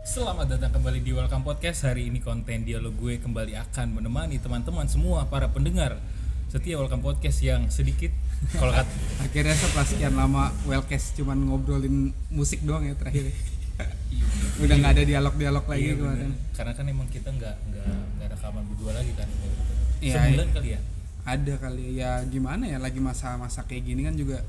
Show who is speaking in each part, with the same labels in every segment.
Speaker 1: Selamat datang kembali di Welcome Podcast. Hari ini konten dialog gue kembali akan menemani teman-teman semua para pendengar setia Welcome Podcast yang sedikit kalau kat-
Speaker 2: Akhirnya setelah sekian lama Wellcast cuman ngobrolin musik doang ya terakhir. ya. Udah nggak ada dialog-dialog lagi
Speaker 1: Iya, bener.
Speaker 2: kemarin.
Speaker 1: karena kan emang kita nggak nggak nggak rekaman berdua lagi kan.
Speaker 2: Iya,
Speaker 1: Sebulan kali ya.
Speaker 2: Ada kali ya gimana ya lagi masa-masa kayak gini kan juga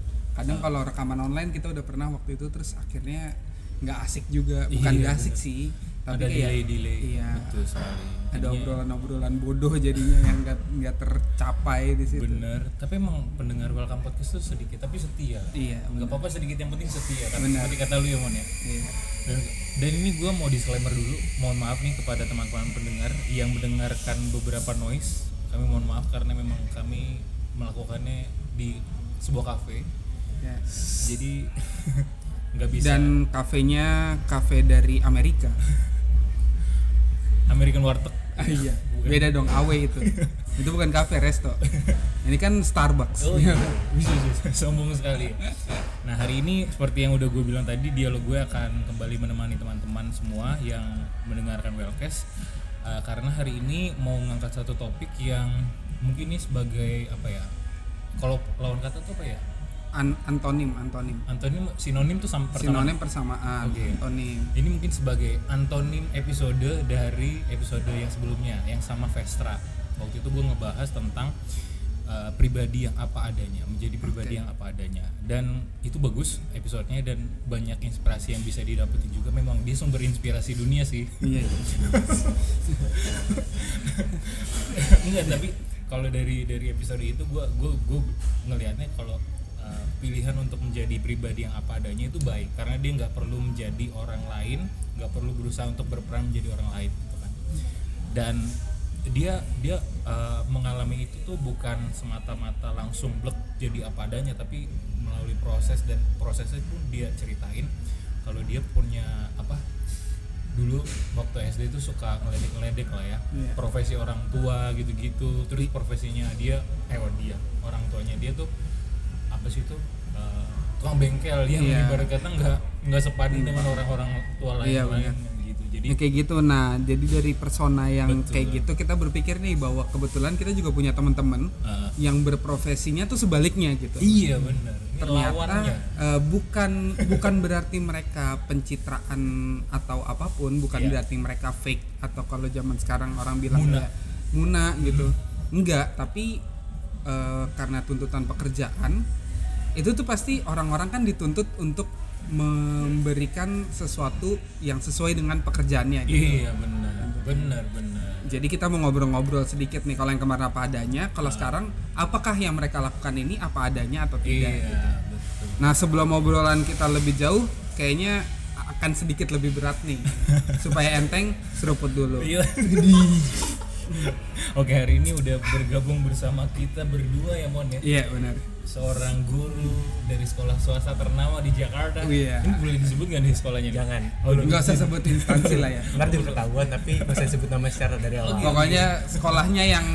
Speaker 1: Ah.
Speaker 2: kadang kalau rekaman online kita udah pernah waktu itu terus akhirnya nggak asik juga bukan
Speaker 1: Iya,
Speaker 2: nggak asik
Speaker 1: bener.
Speaker 2: sih tapi
Speaker 1: ada Iya.
Speaker 2: kayak
Speaker 1: delay-delay
Speaker 2: iya
Speaker 1: betul sekali.
Speaker 2: ada
Speaker 1: Jadinya-
Speaker 2: obrolan-obrolan bodoh jadinya yang nggak nggak tercapai di situ
Speaker 1: Bener, tapi emang pendengar Welcome Podcast tuh sedikit tapi setia.
Speaker 2: iya
Speaker 1: Nggak apa-apa sedikit yang penting setia. Kan
Speaker 2: Bener.
Speaker 1: seperti kata lu ya Mon ya.
Speaker 2: iya
Speaker 1: Dan, dan ini gue mau disclaimer dulu, mohon maaf nih kepada teman-teman pendengar yang mendengarkan beberapa noise. Kami mohon maaf karena memang kami melakukannya di sebuah kafe,
Speaker 2: Ya.
Speaker 1: jadi nggak bisa.
Speaker 2: dan kafenya kafe dari Amerika
Speaker 1: American Warteg.
Speaker 2: Ah, iya, beda dong away itu. itu bukan kafe resto. Ini kan Starbucks.
Speaker 1: Oh iya, bisa, bisa. sombong sekali. Nah hari ini seperti yang udah gue bilang tadi, dialog gue akan kembali menemani teman-teman semua yang mendengarkan Welcast. Eh, karena hari ini mau ngangkat satu topik yang mungkin ini sebagai apa ya? Kalau lawan kata tuh apa ya?
Speaker 2: An- antonim, antonim.
Speaker 1: Antonim sinonim tuh sama pertama.
Speaker 2: Sinonim persamaan,
Speaker 1: Oke.
Speaker 2: antonim.
Speaker 1: Ini mungkin sebagai antonim episode dari episode yang sebelumnya yang sama Vestra. Waktu itu gue ngebahas tentang uh, pribadi yang apa adanya, menjadi pribadi
Speaker 2: Oke.
Speaker 1: yang apa adanya. Dan itu bagus episodenya dan banyak inspirasi yang bisa didapetin juga. Memang dia sumber inspirasi dunia sih.
Speaker 2: Iya, iya.
Speaker 1: Enggak, tapi kalau dari dari episode itu gue gue gue ngelihatnya kalau uh, pilihan untuk menjadi pribadi yang apa adanya itu baik karena dia nggak perlu menjadi orang lain, nggak perlu berusaha untuk berperan menjadi orang lain gitu kan. Dan dia dia uh, mengalami itu tuh bukan semata-mata langsung blek jadi apa adanya tapi melalui proses dan prosesnya pun dia ceritain kalau dia punya apa dulu waktu SD itu suka ngeledek-ngeledek lah ya
Speaker 2: Iya.
Speaker 1: profesi orang tua gitu-gitu terus profesinya dia eh oh, dia orang tuanya dia tuh apa sih itu eh, tukang bengkel yang
Speaker 2: Iya.
Speaker 1: ibarat kata nggak nggak sepadan dengan orang-orang tua lain
Speaker 2: Iya,
Speaker 1: lain gitu jadi
Speaker 2: Ya, kayak gitu. Nah, jadi dari persona yang
Speaker 1: Betul.
Speaker 2: kayak gitu kita berpikir nih bahwa kebetulan kita juga punya teman-teman
Speaker 1: eh,
Speaker 2: yang berprofesinya tuh sebaliknya gitu.
Speaker 1: iya benar ini lawannya
Speaker 2: ternyata eh, bukan bukan berarti mereka pencitraan atau apapun bukan
Speaker 1: Iya.
Speaker 2: berarti mereka fake atau kalau zaman sekarang orang bilang
Speaker 1: Muna.
Speaker 2: ya, muna gitu enggak tapi eh, karena tuntutan pekerjaan itu tuh pasti orang-orang kan dituntut untuk memberikan sesuatu yang sesuai dengan pekerjaannya gitu.
Speaker 1: iya benar benar benar
Speaker 2: Jadi kita mau ngobrol-ngobrol sedikit nih kalau yang kemarin apa adanya,
Speaker 1: Ah.
Speaker 2: kalau sekarang apakah yang mereka lakukan ini apa adanya atau tidak?
Speaker 1: iya betul
Speaker 2: Nah sebelum obrolan kita lebih jauh, kayaknya akan sedikit lebih berat nih. Supaya enteng, seruput dulu.
Speaker 1: Iya. Oke hari ini udah bergabung bersama kita berdua ya Mon ya
Speaker 2: Iya benar.
Speaker 1: seorang guru dari sekolah swasta ternama di Jakarta.
Speaker 2: Iya.
Speaker 1: Ini boleh disebut nggak nih sekolahnya? nih?
Speaker 3: Jangan.
Speaker 1: Oh, lu-
Speaker 2: Nggak usah sebut instansi lah ya.
Speaker 3: Ntar juga ketahuan tapi nggak usah sebut nama secara dari awal.
Speaker 2: Pokoknya sekolahnya yang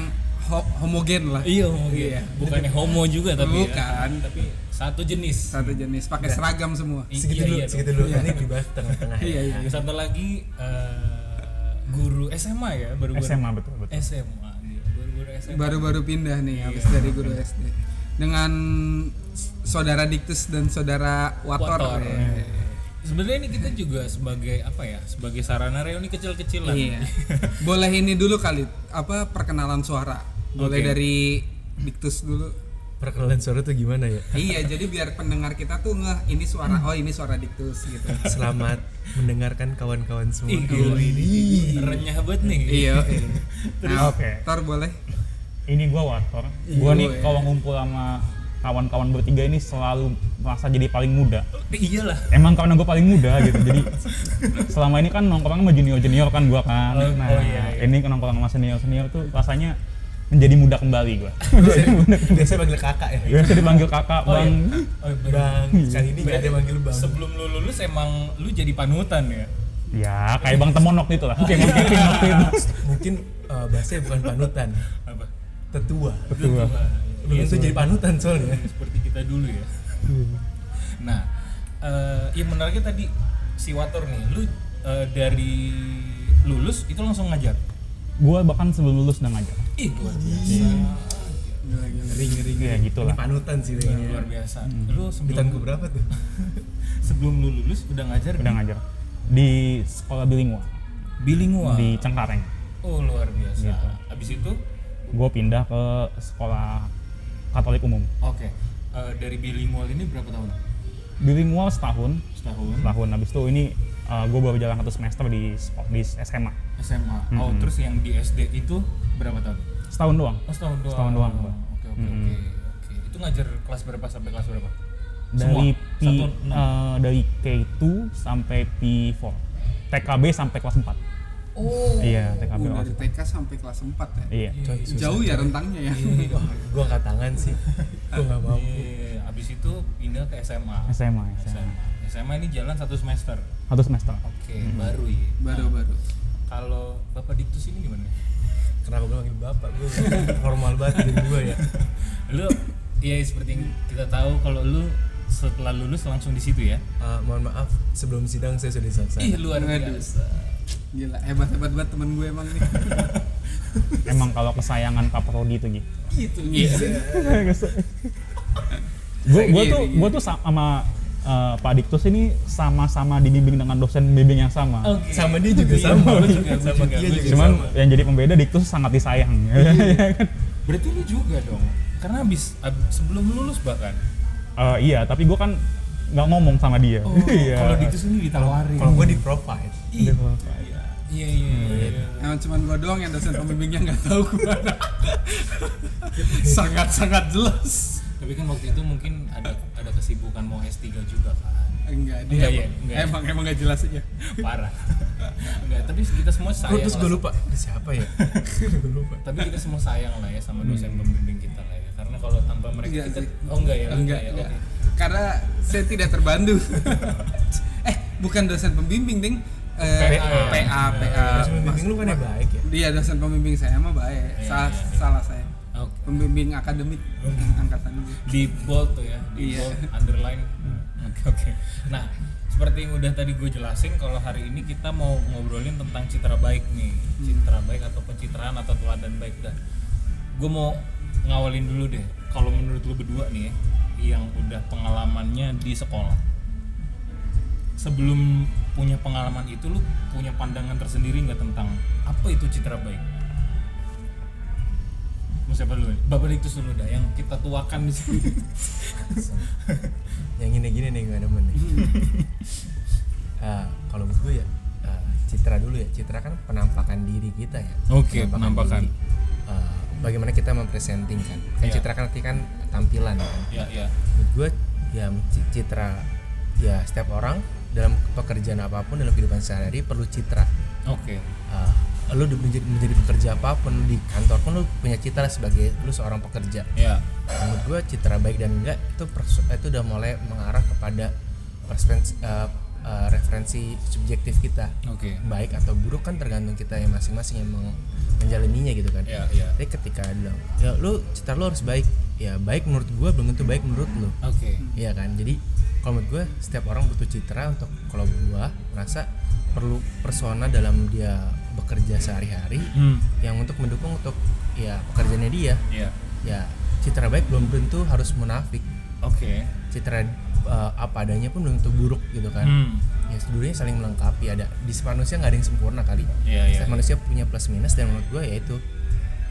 Speaker 2: ho- homogen lah.
Speaker 1: Iya, homo gitu.
Speaker 2: Iya.
Speaker 1: Bukannya homo juga tapi ya.
Speaker 2: Bukan.
Speaker 1: tapi satu jenis.
Speaker 2: Satu jenis, pakai seragam semua.
Speaker 1: Iya, iya
Speaker 3: Segitu
Speaker 1: ya.
Speaker 3: dulu,
Speaker 1: dong.
Speaker 3: segitu dulu. Ini dibahas tengah-tengah.
Speaker 2: Iya iya. iya.
Speaker 1: Satu lagi eh, guru SMA ya, baru-baru
Speaker 4: SMA betul betul.
Speaker 1: SMA. iya, Baru-baru SMA.
Speaker 2: Baru-baru pindah nih
Speaker 1: Iya.
Speaker 2: habis dari guru SD. Dengan s- saudara Diktus dan saudara
Speaker 1: Kotor.
Speaker 2: Wator.
Speaker 1: eh.
Speaker 2: ya.
Speaker 1: Sebenarnya ini kita juga sebagai apa ya? Sebagai sarana reuni kecil-kecilan.
Speaker 2: Iya. Boleh ini dulu kali apa perkenalan suara. Boleh
Speaker 1: Oke.
Speaker 2: dari Diktus dulu.
Speaker 3: Perkenalan suara tuh gimana ya?
Speaker 2: iya jadi biar pendengar kita tuh ngeh ini suara oh ini suara diktus gitu
Speaker 3: Selamat mendengarkan kawan-kawan semua.
Speaker 1: Ih, gila ini renyah banget nih.
Speaker 2: iya nah
Speaker 4: Oke.
Speaker 2: tor boleh
Speaker 4: Ini gua Wator.
Speaker 1: Iya,
Speaker 4: Gua nih kalau ngumpul sama kawan-kawan bertiga ini selalu merasa jadi paling muda.
Speaker 1: Iyalah.
Speaker 4: Emang karena gua paling muda gitu. Jadi selama ini kan nongkrong sama junior-junior kan gua kan.
Speaker 1: Oh,
Speaker 4: Nah,
Speaker 1: oh iya, iya.
Speaker 4: ini nongkrong sama senior-senior tuh rasanya menjadi muda kembali gua.
Speaker 3: Biasanya panggil kakak ya.
Speaker 4: Biasa dipanggil kakak,
Speaker 1: Oh,
Speaker 4: Bang.
Speaker 1: iya. Oh, iya, bener.
Speaker 3: Bang, kali ini nggak ada yang manggil bang.
Speaker 1: Sebelum lu lulus emang lu jadi panutan ya?
Speaker 4: Ya, kayak Bang Temon waktu
Speaker 1: Oh, iya.
Speaker 4: itu lah. Kayak Bang Kevin waktu itu.
Speaker 3: Mungkin eh, bahasanya bukan panutan,
Speaker 1: Apa?
Speaker 3: tetua.
Speaker 4: Betul. Bang.
Speaker 3: Belum
Speaker 1: Iya,
Speaker 3: tentu jadi panutan soalnya.
Speaker 1: seperti kita dulu ya. iya, Nah, eh yang menariknya tadi si Wator nih, lu eh, eh, dari lulus itu langsung ngajar
Speaker 4: Gua bahkan sebelum lulus udah ngajar.
Speaker 1: ih luar biasa
Speaker 2: Gila, gila.
Speaker 3: ngeri ngeri
Speaker 4: Ya
Speaker 3: ngeri.
Speaker 4: gitu
Speaker 3: Ini
Speaker 4: lah.
Speaker 3: panutan sih
Speaker 1: luar,
Speaker 3: kayaknya.
Speaker 1: luar biasa lu
Speaker 3: Iya. Di
Speaker 1: sebelum
Speaker 3: tahun ke berapa tuh?
Speaker 1: sebelum lu lulus udah ngajar
Speaker 4: Udah ngajar di sekolah bilingual
Speaker 1: bilingual
Speaker 4: di Cengkareng.
Speaker 1: oh luar biasa
Speaker 4: Gitu.
Speaker 1: abis itu
Speaker 4: Gua pindah ke sekolah Katolik umum.
Speaker 1: oke eh, dari bilingual ini berapa tahun
Speaker 4: Bilingual setahun,
Speaker 1: setahun
Speaker 4: setahun habis itu ini gue baru jalan satu semester di sekol- di SMA
Speaker 1: SMA oh
Speaker 4: Mhm.
Speaker 1: terus yang di SD itu berapa tahun
Speaker 4: setahun doang
Speaker 1: oh setahun doang
Speaker 4: Setahun doang,
Speaker 1: oke
Speaker 4: Pak.
Speaker 1: oke oke
Speaker 4: Mhm.
Speaker 1: oke itu ngajar kelas berapa sampai kelas berapa
Speaker 4: dari
Speaker 1: Semua?
Speaker 4: P
Speaker 1: Satu, enam.
Speaker 4: eh, dari K2 sampai P4 TKB sampai kelas 4
Speaker 1: oh
Speaker 4: iya TKB
Speaker 2: Uh,
Speaker 4: kelas
Speaker 2: dari TK sampai kelas 4 ya.
Speaker 4: iya
Speaker 3: Coy, susah. Iya.
Speaker 2: Jauh ya rentangnya ya.
Speaker 3: Wah, gua angkat tangan sih. Gua nggak mau.
Speaker 1: Iya, abis itu pindah ke SMA.
Speaker 4: SMA SMA
Speaker 1: SMA. SMA ini jalan satu semester.
Speaker 4: satu semester
Speaker 1: Oke, baru ya.
Speaker 2: Baru-baru.
Speaker 1: Kalau Bapak Diktus ini gimana?
Speaker 3: Kenapa gua manggil bapak? Gua nggak formal banget dari gua ya.
Speaker 1: Lu ya seperti yang kita tahu kalau lu setelah lulus langsung di situ ya.
Speaker 3: Eh, mohon maaf, sebelum sidang saya sudah selesai.
Speaker 1: Ih, luar
Speaker 2: Waduh.
Speaker 1: biasa.
Speaker 2: Gila, hebat-hebat banget temen gue emang nih.
Speaker 4: emang kalau kesayangan kaprodi itu
Speaker 2: gitu
Speaker 4: gitu
Speaker 1: Iya.
Speaker 2: gitu.
Speaker 4: gue gue
Speaker 1: Iya,
Speaker 4: tuh gue tuh sa- sama eh, Pak Diktus ini sama-sama dibimbing dengan dosen bimbing yang sama
Speaker 1: Oke.
Speaker 3: Sama dia juga
Speaker 1: Iya,
Speaker 3: sama,
Speaker 1: lu juga,
Speaker 3: sama
Speaker 1: gua juga,
Speaker 3: dia
Speaker 1: gua
Speaker 3: juga.
Speaker 4: cuman
Speaker 3: sama.
Speaker 4: yang jadi pembeda Diktus sangat disayang
Speaker 1: Berarti lu juga dong. Karena abis, ab- sebelum lulus bahkan.
Speaker 4: Eh, iya tapi gue kan nggak ngomong sama dia iya
Speaker 1: Oh. Kalau Diktus ini ditawarin.
Speaker 3: Kalau gua di provide,
Speaker 1: Ih,
Speaker 4: Aduh,
Speaker 1: Iya, iya, iya. iya.
Speaker 2: Emang cuman gue doang yang dosen pembimbingnya nggak tahu gue. Sangat-sangat jelas.
Speaker 1: Tapi kan waktu itu mungkin ada ada kesibukan mau S3 juga kan. Enggak
Speaker 2: Enggak, dia
Speaker 1: ya,
Speaker 2: emang,
Speaker 1: enggak ya.
Speaker 2: emang emang nggak jelas ya. aja.
Speaker 1: parah enggak tapi kita semua
Speaker 3: Gua
Speaker 1: sayang
Speaker 3: terus gua
Speaker 1: lah.
Speaker 3: lupa ini siapa ya? Gua lupa.
Speaker 1: tapi kita semua sayang lah ya sama dosen pembimbing kita lah ya karena kalau tanpa mereka
Speaker 2: Hmm.
Speaker 1: kita
Speaker 2: Enggak Iya sih.
Speaker 1: oh enggak ya
Speaker 2: enggak,
Speaker 1: ya
Speaker 2: enggak.
Speaker 1: oke.
Speaker 2: Karena saya tidak terbantu. eh, bukan dosen pembimbing, Ding. Eh,
Speaker 1: PA.
Speaker 2: PA, PA.
Speaker 3: Terus bimbing lu kan yang baik ya.
Speaker 2: Dia Iya, dosen pembimbing saya mah baik.
Speaker 1: Iya,
Speaker 2: Salah,
Speaker 1: iya, iya.
Speaker 2: salah saya.
Speaker 1: Oke.
Speaker 2: Pembimbing akademik angkatan ini.
Speaker 1: di bold tuh ya di
Speaker 2: Iya.
Speaker 1: bold underline oke oke nah seperti yang udah tadi gue jelasin kalau hari ini kita mau ngobrolin tentang citra baik nih citra baik atau pencitraan atau teladan baik dah gue mau ngawalin dulu deh kalau menurut lu berdua nih ya yang udah pengalamannya di sekolah sebelum punya pengalaman itu lu punya pandangan tersendiri nggak tentang apa itu citra baik? Mau siapa dulu? nih? Bapak Diktus dulu dah yang kita tuakan di sini.
Speaker 3: Yang gini-gini nih gua demen nih. Ah, kalau menurut gue ya ah, citra dulu ya citra kan penampakan diri kita ya
Speaker 1: Oke, penampakan.
Speaker 3: diri. Ah, bagaimana kita mempresenting kan kan
Speaker 1: Iya.
Speaker 3: citra kan artinya kan tampilan kan
Speaker 1: ya ya.
Speaker 3: menurut gue ya ci- citra ya setiap orang dalam pekerjaan apapun dalam kehidupan sehari-hari perlu citra
Speaker 1: Oke.
Speaker 3: Ah, lu di- menjadi, menjadi pekerja apapun di kantor pun lu punya citra sebagai lu seorang pekerja
Speaker 1: Ya.
Speaker 3: menurut gue citra baik dan enggak itu pers- itu udah mulai mengarah kepada perspens- eh, eh, referensi subjektif kita
Speaker 1: Oke.
Speaker 3: baik atau buruk kan tergantung kita yang masing-masing yang meng- menjalaninya gitu kan
Speaker 1: Ya ya.
Speaker 3: tapi ketika lu ya lu citra lu harus baik ya baik menurut gue belum tentu baik menurut lu
Speaker 1: Oke.
Speaker 3: Iya kan, jadi kalau menurut gue setiap orang butuh citra untuk kalau gue merasa perlu persona dalam dia bekerja sehari-hari
Speaker 1: Hmm.
Speaker 3: yang untuk mendukung untuk ya pekerjaannya dia.
Speaker 1: Ya.
Speaker 3: Ya citra baik belum tentu harus munafik,
Speaker 1: Oke.
Speaker 3: citra eh, apa adanya pun belum tentu buruk gitu kan.
Speaker 1: Hmm.
Speaker 3: Ya dulunya saling melengkapi ada di manusia nggak ada yang sempurna kali.
Speaker 1: Ya ya.
Speaker 3: Setiap manusia punya plus minus dan menurut gue ya itu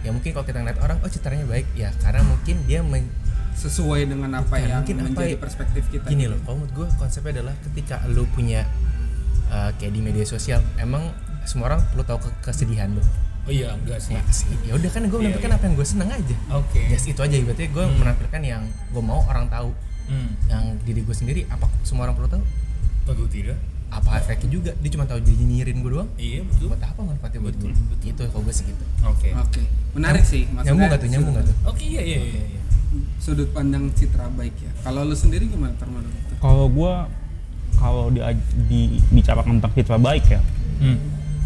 Speaker 3: ya mungkin kalau kita ngeliat orang oh citranya baik ya karena mungkin dia men-
Speaker 2: Sesuai dengan apa
Speaker 3: Bukan,
Speaker 2: yang
Speaker 3: mungkin apa
Speaker 2: menjadi
Speaker 3: ya-
Speaker 2: perspektif kita. gitu.
Speaker 3: gini loh kalau menurut gue konsepnya adalah ketika lu punya uh, kayak di media sosial emang semua orang perlu tahu ke- kesedihan lu
Speaker 1: Oh iya enggak sih.
Speaker 3: Nah, sih ya udah kan gue
Speaker 1: Iya,
Speaker 3: menampilkan
Speaker 1: iya.
Speaker 3: apa yang gue seneng aja
Speaker 1: Oke.
Speaker 3: just itu aja berarti gue
Speaker 1: Hmm.
Speaker 3: menampilkan yang gue mau orang tahu
Speaker 1: Hmm.
Speaker 3: yang diri gue sendiri apa semua orang perlu tahu
Speaker 1: Bagus tidak?
Speaker 3: apa efeknya juga dia cuma tahu jadi nyinyirin gue doang
Speaker 1: Iya betul.
Speaker 3: buat apa manfaatnya buat gue
Speaker 1: Betul, betul.
Speaker 3: gitu kalau gue sih gitu
Speaker 1: Oke.
Speaker 2: Oke, menarik sih.
Speaker 3: nyambung gak tuh nyambung
Speaker 2: sudut,
Speaker 3: gak tuh
Speaker 1: Oke iya iya iya. iya.
Speaker 2: sudut pandang citra baik ya. Kalau lu sendiri gimana termasuk?
Speaker 4: kalau gue kalau di, di bicarakan tentang citra baik ya
Speaker 1: Hmm.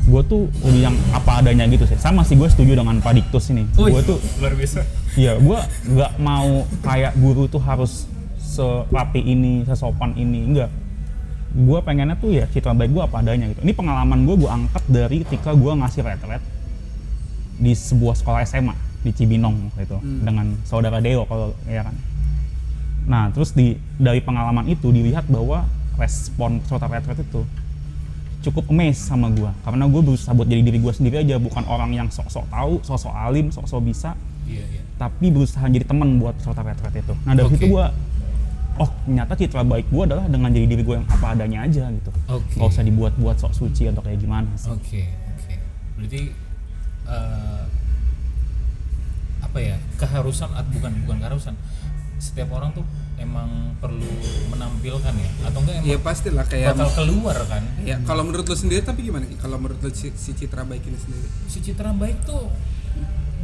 Speaker 4: gue tuh lebih yang apa adanya gitu sih sama sih gue setuju dengan Pak Diktus ini gue tuh
Speaker 1: luar biasa.
Speaker 4: ya gue nggak mau kayak guru tuh harus serapi ini sesopan ini enggak gue pengennya tuh ya citra baik gue apa adanya gitu ini pengalaman gue gue angkat dari ketika gue ngasih retret di sebuah sekolah SMA di Cibinong waktu itu dengan saudara Deo kalau ya kan nah terus di dari pengalaman itu dilihat bahwa respon peserta retret itu cukup amazed sama gue karena gue berusaha buat jadi diri gue sendiri aja bukan orang yang sok-sok tahu sok-sok alim sok-sok bisa
Speaker 1: iya iya
Speaker 4: tapi berusaha jadi teman buat peserta retret itu. Nah dari
Speaker 1: Oke.
Speaker 4: situ gue, oh ternyata citra baik gue adalah dengan jadi diri gue yang apa adanya aja gitu.
Speaker 1: Oke.
Speaker 4: Gak usah dibuat-buat sok suci atau kayak gimana sih.
Speaker 1: oke oke berarti eh, apa ya keharusan at- bukan bukan keharusan setiap orang tuh emang perlu menampilkan ya atau enggak
Speaker 2: ya
Speaker 1: emang
Speaker 2: pastilah kayak
Speaker 1: bakal keluar kan
Speaker 2: ya kalau menurut lu sendiri tapi gimana Ki? kalau menurut lu si, si Citra baik ini sendiri
Speaker 1: si Citra baik tuh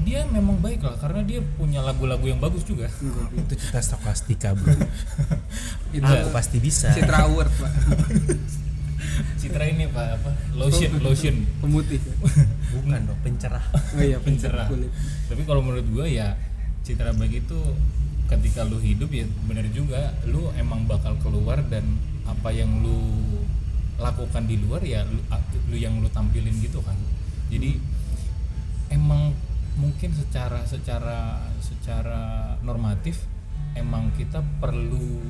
Speaker 1: dia memang baik lah karena dia punya lagu-lagu yang bagus juga
Speaker 3: itu cita stokastika bro
Speaker 2: itu
Speaker 3: aku pasti bisa
Speaker 2: Citra Award pak
Speaker 1: Citra ini pak apa lotion lotion
Speaker 2: pemutih ya?
Speaker 3: bukan dong pencerah
Speaker 2: oh iya
Speaker 1: pencerah
Speaker 2: pencerah kulit
Speaker 1: tapi kalau menurut gue ya citra baik itu ketika lu hidup ya bener juga lu emang bakal keluar dan apa yang lu lakukan di luar ya lu, a- lu yang lu tampilin gitu kan jadi emang mungkin secara secara secara normatif emang kita perlu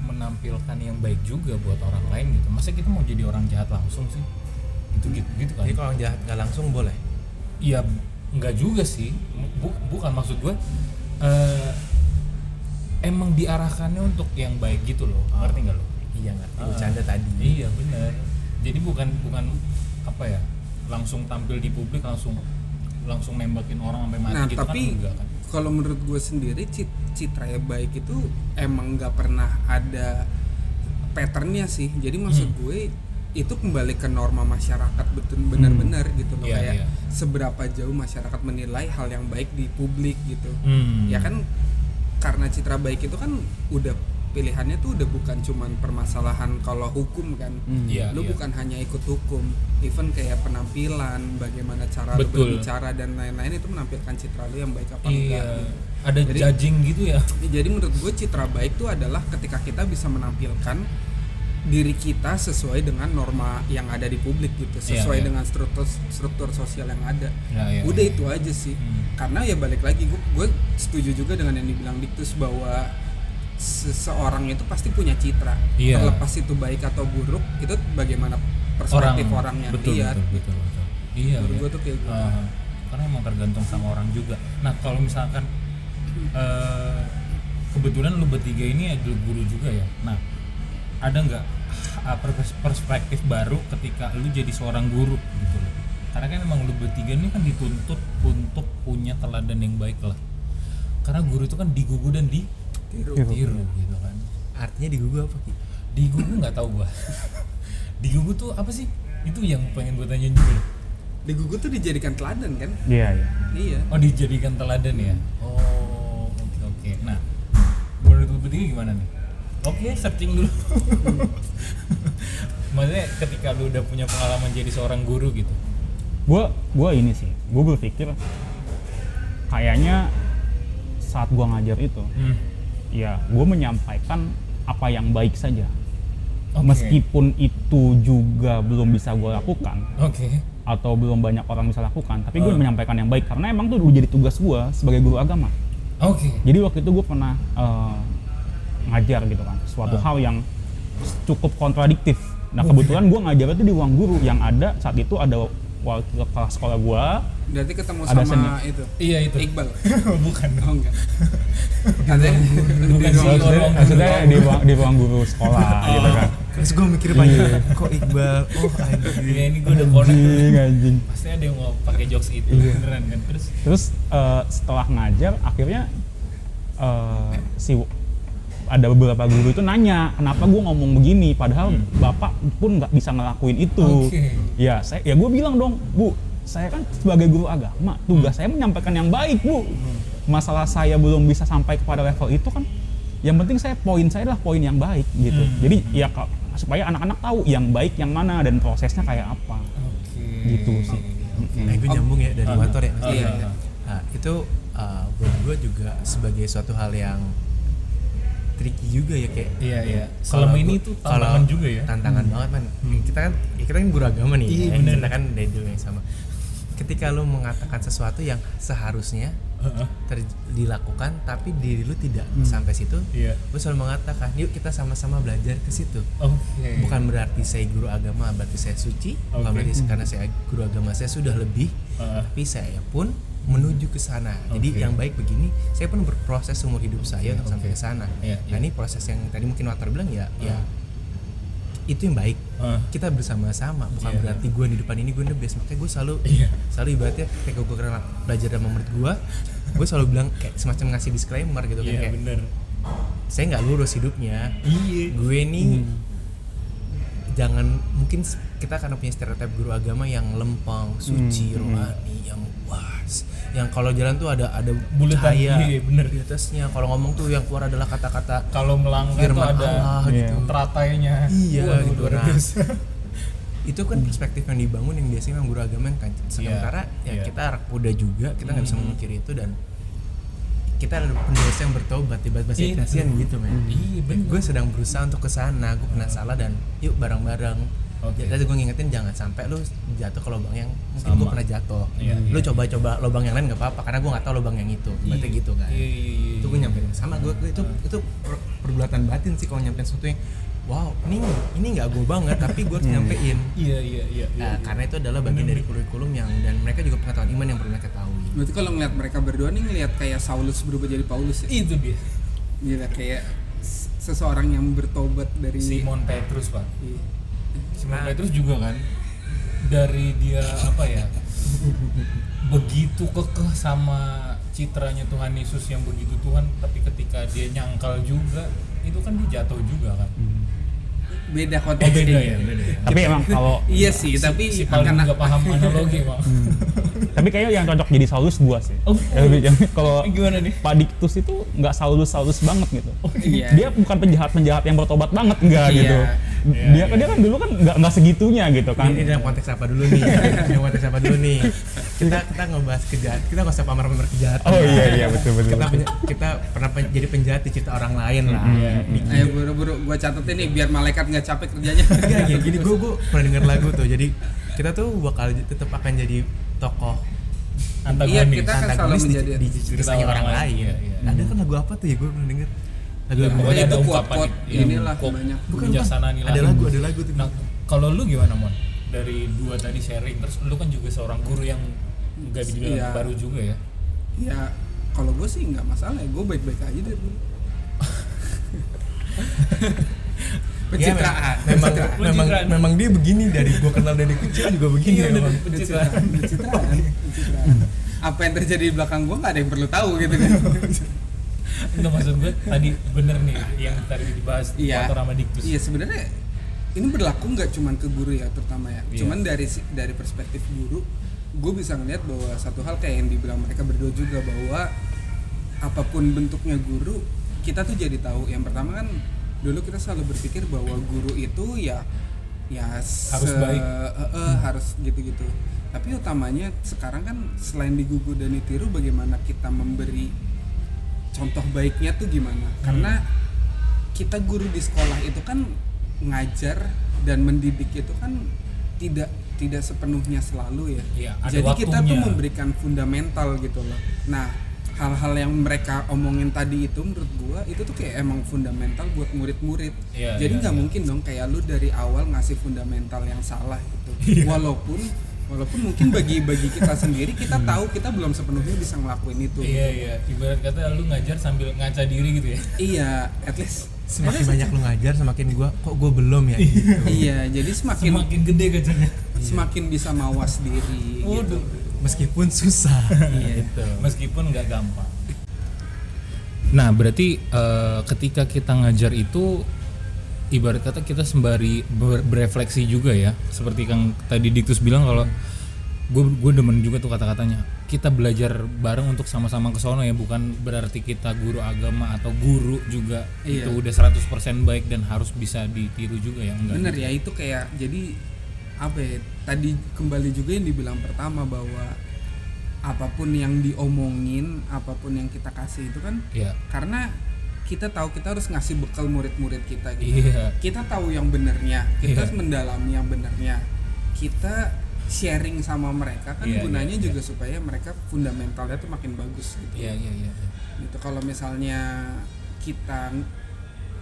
Speaker 1: menampilkan yang baik juga buat orang lain gitu masa kita mau jadi orang jahat langsung sih gitu gitu, gitu kan
Speaker 3: jadi kalau yang jahat nggak langsung boleh
Speaker 1: Iya, nggak juga sih. Bu- bukan maksud gue. eh, emang diarahkannya untuk yang baik gitu loh.
Speaker 2: Ah.
Speaker 1: Ngerti nggak lo?
Speaker 3: iya ngerti
Speaker 1: Ah.
Speaker 3: bercanda tadi
Speaker 1: Iya bener. Jadi bukan bukan apa ya? Langsung tampil di publik langsung langsung nembakin orang sampai mati
Speaker 2: nah
Speaker 1: gitu
Speaker 2: tapi
Speaker 1: kan enggak kan?
Speaker 2: kalau menurut gue sendiri cit- citra yang baik itu emang nggak pernah ada patternnya sih jadi maksud
Speaker 1: Hmm.
Speaker 2: gue itu kembali ke norma masyarakat betul benar-benar gitu loh
Speaker 1: Iya,
Speaker 2: kayak
Speaker 1: iya.
Speaker 2: seberapa jauh masyarakat menilai hal yang baik di publik gitu
Speaker 1: Hmm.
Speaker 2: ya kan karena citra baik itu kan udah pilihannya tuh udah bukan cuman permasalahan kalau hukum kan
Speaker 1: Iya,
Speaker 2: lu
Speaker 1: iya.
Speaker 2: bukan hanya ikut hukum even kayak penampilan bagaimana cara
Speaker 1: Betul.
Speaker 2: lu berbicara dan lain-lain itu menampilkan citra lu yang baik apa
Speaker 1: Iya.
Speaker 2: enggak gitu.
Speaker 1: Ada
Speaker 2: Jadi-
Speaker 1: judging gitu ya.
Speaker 2: jadi menurut gue citra baik itu adalah ketika kita bisa menampilkan diri kita sesuai dengan norma yang ada di publik gitu
Speaker 1: Iya,
Speaker 2: sesuai
Speaker 1: iya.
Speaker 2: dengan struktur struktur sosial yang ada
Speaker 1: Ya, ya,
Speaker 2: udah
Speaker 1: ya.
Speaker 2: itu aja sih
Speaker 1: Hmm.
Speaker 2: karena ya balik lagi gue setuju juga dengan yang dibilang diktus bahwa seseorang itu pasti punya citra
Speaker 1: Iya.
Speaker 2: terlepas itu baik atau buruk itu bagaimana perspektif orang, yang
Speaker 1: betul,
Speaker 2: lihat
Speaker 1: betul, betul, betul. Iya.
Speaker 2: Menurut
Speaker 1: iya.
Speaker 2: gua tuh kayak gitu.
Speaker 1: Ah, karena emang tergantung sama orang juga. Nah kalau misalkan eh, kebetulan lu bertiga ini adalah guru juga ya. Nah ada nggak ah, pers- perspektif baru ketika lu jadi seorang guru gitu loh? Karena kan emang lu bertiga ini kan dituntut untuk punya teladan yang baik lah. Karena guru itu kan digugu dan
Speaker 2: Tiru.
Speaker 1: ditiru gitu kan.
Speaker 3: artinya di Google apa Ki?
Speaker 1: Digugu nggak tahu gua. digugu tuh apa sih? Itu yang pengen gue tanyain juga. deh.
Speaker 2: di Google tuh dijadikan teladan kan
Speaker 4: Iya iya.
Speaker 2: iya
Speaker 1: Oh dijadikan teladan ya?
Speaker 3: Hmm.
Speaker 1: Oh oke oke. Nah menurut lu bertiga gimana nih? Oke searching dulu. Maksudnya ketika lu udah punya pengalaman jadi seorang guru gitu.
Speaker 4: Gue gue ini sih, gue berpikir kayaknya saat gue ngajar itu,
Speaker 1: Hmm.
Speaker 4: ya gue menyampaikan apa yang baik saja.
Speaker 1: Oke.
Speaker 4: Meskipun itu juga belum bisa gue lakukan,
Speaker 1: Oke.
Speaker 4: atau belum banyak orang bisa lakukan tapi gue
Speaker 1: Ah.
Speaker 4: menyampaikan yang baik karena emang tuh dulu jadi tugas gue sebagai guru agama
Speaker 1: Oke.
Speaker 4: jadi waktu itu gue pernah eh, ngajar gitu kan suatu
Speaker 1: Ah.
Speaker 4: hal yang cukup kontradiktif nah kebetulan gue ngajar itu di ruang guru yang ada saat itu ada wakil kepala sekolah gue
Speaker 2: berarti ketemu
Speaker 4: Ada
Speaker 2: sama
Speaker 4: seni.
Speaker 2: itu
Speaker 1: Iya itu.
Speaker 2: Iqbal
Speaker 1: Bukan.
Speaker 2: oh enggak ada
Speaker 1: Bukan sih
Speaker 4: maksudnya,
Speaker 1: orang
Speaker 4: maksudnya di ruang di ruang guru sekolah gitu kan
Speaker 3: terus gue mikir panjang kok Iqbal oh
Speaker 1: Iya
Speaker 3: anjir
Speaker 1: ini gue udah connect.
Speaker 4: anjing anjing
Speaker 1: Pasti ada yang mau pakai jokes itu
Speaker 3: Iya.
Speaker 1: beneran kan. Terus
Speaker 4: terus eh, setelah ngajar akhirnya eh, si ada beberapa guru itu nanya kenapa gue ngomong begini padahal bapak pun nggak bisa ngelakuin itu
Speaker 1: Hmm. Oke.
Speaker 4: ya saya ya gue bilang dong bu saya kan sebagai guru agama
Speaker 1: Hmm.
Speaker 4: tugas saya menyampaikan yang baik bu masalah saya belum bisa sampai kepada level itu kan yang penting saya poin saya adalah poin yang baik gitu
Speaker 1: Hmm.
Speaker 4: jadi ya ka- supaya anak-anak tahu yang baik yang mana dan prosesnya kayak apa
Speaker 1: oke.
Speaker 4: Gitu sih.
Speaker 1: Oke.
Speaker 3: nah gue nyambung ya dari
Speaker 1: Ah.
Speaker 3: motor ya
Speaker 1: Ah,
Speaker 2: Iya.
Speaker 1: ah, ah.
Speaker 3: eh, Nah, itu uh, buat gue juga sebagai suatu hal yang tricky juga ya kayak
Speaker 1: Iya iya. Selama
Speaker 3: Kalau
Speaker 1: ini
Speaker 3: gua-
Speaker 1: tuh
Speaker 3: kalau
Speaker 1: tantangan juga ya. Hmm.
Speaker 3: Tantangan banget man. Kita kan ya kita kan guru agama nih.
Speaker 1: Iya,
Speaker 3: ya.
Speaker 1: bener.
Speaker 3: Kita kan dari dulu yang sama. Ketika lu mengatakan sesuatu yang seharusnya
Speaker 1: Heeh,
Speaker 3: ter- dilakukan tapi diri lu tidak sampai situ,
Speaker 1: Iya.
Speaker 3: lu selalu mengatakan, "Yuk kita sama-sama belajar ke situ."
Speaker 1: Oke.
Speaker 3: Bukan berarti saya guru agama, berarti saya suci. Bukan
Speaker 1: Oke.
Speaker 3: berarti karena saya guru agama saya sudah lebih,
Speaker 1: Heeh.
Speaker 3: tapi saya pun menuju ke sana.
Speaker 1: Oke.
Speaker 3: Jadi yang baik begini, saya pun berproses seumur hidup saya untuk sampai ke sana.
Speaker 1: Iya,
Speaker 3: Nah,
Speaker 1: iya.
Speaker 3: ini proses yang tadi mungkin Water bilang ya, ya itu yang baik.
Speaker 1: Heeh.
Speaker 3: Kita bersama-sama, bukan
Speaker 1: Hmm. Iya.
Speaker 3: berarti gue di depan ini gue the best. Makanya gue selalu
Speaker 1: Iya.
Speaker 3: selalu ibaratnya kayak gue kenal belajar sama murid gue, gue selalu bilang kayak semacam ngasih disclaimer gitu kan
Speaker 1: Iya
Speaker 3: kayak
Speaker 1: bener.
Speaker 3: saya nggak lurus hidupnya,
Speaker 1: Iya.
Speaker 3: gue nih jangan mungkin s- kita karena punya stereotip guru agama yang lempeng, suci, rohani, yang was, yang kalau jalan tuh ada ada
Speaker 1: Buletan,
Speaker 3: cahaya
Speaker 1: iya, bener.
Speaker 3: di atasnya. Kalau ngomong tuh yang keluar adalah kata-kata
Speaker 1: Kalau melanggar tuh
Speaker 3: firman
Speaker 1: ada
Speaker 3: Allah
Speaker 4: Iya.
Speaker 3: gitu.
Speaker 1: teratainya.
Speaker 3: Iya,
Speaker 1: Waduh,
Speaker 3: gitu.
Speaker 1: luar
Speaker 3: Nah,
Speaker 1: biasa.
Speaker 3: Itu kan perspektif yang dibangun yang biasanya memang guru agama yang kan. Sementara ya
Speaker 1: Iya.
Speaker 3: kita anak muda juga, kita nggak bisa mengukir itu dan kita ada pendosa yang bertobat tiba-tiba sih
Speaker 1: Iya.
Speaker 3: kasihan gitu men Hmm.
Speaker 1: Iya, bener.
Speaker 3: gue sedang berusaha untuk ke sana gue pernah salah dan yuk bareng-bareng
Speaker 1: Oke.
Speaker 3: jadi gue ngingetin jangan sampai lu jatuh ke lubang yang mungkin gue
Speaker 1: Sama.
Speaker 3: pernah jatuh
Speaker 1: Iya,
Speaker 3: lu
Speaker 1: iya.
Speaker 3: coba-coba lubang yang lain gak apa-apa karena gue gak tahu lubang yang itu berarti
Speaker 1: Iya,
Speaker 3: gitu kan
Speaker 1: Iya iya iya.
Speaker 3: itu gue nyampein sama gue itu itu per- pergulatan batin sih kalau nyampein sesuatu yang wow ini ini nggak gue banget tapi gue harus nyampein
Speaker 1: Iya iya iya. iya,
Speaker 3: Nah,
Speaker 1: iya.
Speaker 3: karena itu adalah bagian dari kurikulum yang dan mereka juga pengetahuan iman yang perlu mereka tahu
Speaker 2: Berarti kalau ngeliat mereka berdua nih ngeliat kayak Saulus berubah jadi Paulus ya.
Speaker 1: itu dia.
Speaker 2: Gila kayak s- seseorang yang bertobat dari
Speaker 1: Simon Petrus pak.
Speaker 2: Iya.
Speaker 1: Simon
Speaker 3: Nah.
Speaker 1: Petrus juga kan dari dia apa ya begitu kekeh sama citranya Tuhan Yesus yang begitu Tuhan tapi ketika dia nyangkal juga itu kan dia jatuh juga kan oh
Speaker 2: Beda konteksnya.
Speaker 1: beda ya beda ya
Speaker 4: tapi emang kalau
Speaker 2: Iya sih, tapi nah,
Speaker 1: si paling
Speaker 2: karena-
Speaker 1: nggak paham analogi pak
Speaker 4: tapi kayaknya yang cocok jadi Saulus gua sih
Speaker 1: Oh.
Speaker 4: Ya, lebih- yang- kalau
Speaker 1: gimana nih
Speaker 4: Pak Diktus itu nggak Saulus Saulus banget gitu
Speaker 2: Iya.
Speaker 4: dia bukan penjahat penjahat yang bertobat banget enggak
Speaker 2: Iya.
Speaker 4: gitu
Speaker 1: Iya,
Speaker 4: dia dia kan dulu kan nggak nggak segitunya gitu kan
Speaker 3: ini, ini dalam konteks apa dulu nih dalam konteks apa dulu nih kita kita ngebahas kejahatan kita nggak usah pamer-pamer kejahatan
Speaker 4: oh iya iya betul betul,
Speaker 3: kita
Speaker 4: betul.
Speaker 3: penja- kita pernah pen- jadi penjahat di cerita orang lain lah
Speaker 4: Mm-hmm.
Speaker 1: iya.
Speaker 2: Ayo eh, buru-buru gua catet ini biar malaikat nggak capek kerjanya.
Speaker 1: Iya,
Speaker 3: Enggak, kayak gini gue gue pernah denger lagu tuh jadi kita tuh bakal j- tetap akan jadi tokoh ya
Speaker 2: Iya,
Speaker 1: antagonis
Speaker 2: kita- akan selalu
Speaker 3: antagonis di,
Speaker 2: menjadi-
Speaker 3: di ceritanya orang, lain,
Speaker 1: Iya, iya.
Speaker 3: ada kan lagu apa tuh ya gue pernah denger lagu lagu
Speaker 2: Pokoknya
Speaker 1: Pokoknya
Speaker 2: itu
Speaker 1: ada
Speaker 2: quote-quote
Speaker 1: ungkapan
Speaker 2: ini lah
Speaker 1: quote kan?
Speaker 2: banyak.
Speaker 3: Bukan,
Speaker 1: bijaksana
Speaker 3: bukan.
Speaker 1: nilai
Speaker 3: Ada lagu, ada lagu tuh.
Speaker 1: nah kalau lu gimana mon dari dua tadi sharing terus lu kan juga seorang guru yang nggak dibilang
Speaker 2: Iya.
Speaker 1: baru juga ya
Speaker 2: ya kalau gue sih nggak masalah ya gue baik-baik aja deh dulu. pencitraan
Speaker 1: Iya,
Speaker 3: Ya, memang
Speaker 2: pencitraan.
Speaker 3: memang,
Speaker 1: Pencitraan.
Speaker 3: memang dia begini dari gue kenal dari kecil juga begini
Speaker 1: Iya,
Speaker 3: memang.
Speaker 1: bener. pencitraan.
Speaker 2: pencitraan pencitraan pencitraan. apa yang terjadi di belakang gue nggak ada yang perlu tahu gitu kan
Speaker 1: Enggak maksud gue tadi bener nih yang tadi dibahas
Speaker 2: Iya.
Speaker 1: motor sama diktus.
Speaker 2: iya sebenarnya ini berlaku nggak cuman ke guru ya terutama ya
Speaker 1: Iya.
Speaker 2: cuman dari si- dari perspektif guru gue bisa ngeliat bahwa satu hal kayak yang dibilang mereka berdua juga bahwa apapun bentuknya guru kita tuh jadi tahu yang pertama kan dulu kita selalu berpikir bahwa guru itu ya ya
Speaker 1: Harus baik.
Speaker 2: eh, eh, harus gitu-gitu tapi utamanya sekarang kan selain digugu dan ditiru bagaimana kita memberi contoh baiknya tuh gimana
Speaker 1: Hmm.
Speaker 2: karena kita guru di sekolah itu kan ngajar dan mendidik itu kan tidak tidak sepenuhnya selalu ya.
Speaker 1: Iya, ada
Speaker 2: Jadi kita tuh
Speaker 1: waktunya.
Speaker 2: memberikan fundamental gitu loh. Nah, hal-hal yang mereka omongin tadi itu menurut gua itu tuh kayak emang fundamental buat murid-murid.
Speaker 1: Iya,
Speaker 2: Jadi
Speaker 1: iya,
Speaker 2: nggak
Speaker 1: iya.
Speaker 2: mungkin dong kayak lu dari awal ngasih fundamental yang salah gitu.
Speaker 1: Iya.
Speaker 2: Walaupun walaupun mungkin bagi bagi kita sendiri kita tahu kita belum sepenuhnya bisa ngelakuin itu.
Speaker 1: Hmm. Iya iya, ibarat kata lu ngajar sambil ngaca diri gitu ya.
Speaker 2: Iya, at least
Speaker 3: semakin banyak lu ngajar semakin gue kok gue belum ya gitu.
Speaker 2: Iya, jadi semakin
Speaker 1: Semakin gede gajahnya.
Speaker 2: semakin bisa mawas diri gitu.
Speaker 1: Iya. Waduh.
Speaker 3: meskipun susah
Speaker 1: Iya.
Speaker 3: gitu
Speaker 1: Meskipun nggak gampang. Nah, berarti eh, ketika kita ngajar itu ibarat kata kita sembari ber- berefleksi juga ya. Seperti Kang tadi Diktus bilang kalau gue gue demen juga tuh kata-katanya. Kita belajar bareng untuk sama-sama ke sono ya, bukan berarti kita guru agama atau guru juga
Speaker 2: Iya.
Speaker 1: itu udah 100% baik dan harus bisa ditiru juga ya enggak.
Speaker 2: Bener ya itu kayak jadi apa ya? Tadi kembali juga yang dibilang pertama bahwa apapun yang diomongin, apapun yang kita kasih itu kan
Speaker 1: Iya.
Speaker 2: karena kita tahu kita harus ngasih bekal murid-murid kita gitu
Speaker 1: iya
Speaker 2: kita tahu yang benernya kita
Speaker 1: Iya.
Speaker 2: mendalami yang benernya kita sharing sama mereka kan
Speaker 1: Iya,
Speaker 2: gunanya
Speaker 1: iya,
Speaker 2: juga supaya mereka fundamentalnya tuh makin bagus gitu
Speaker 1: iya iya iya
Speaker 2: gitu kalau misalnya kita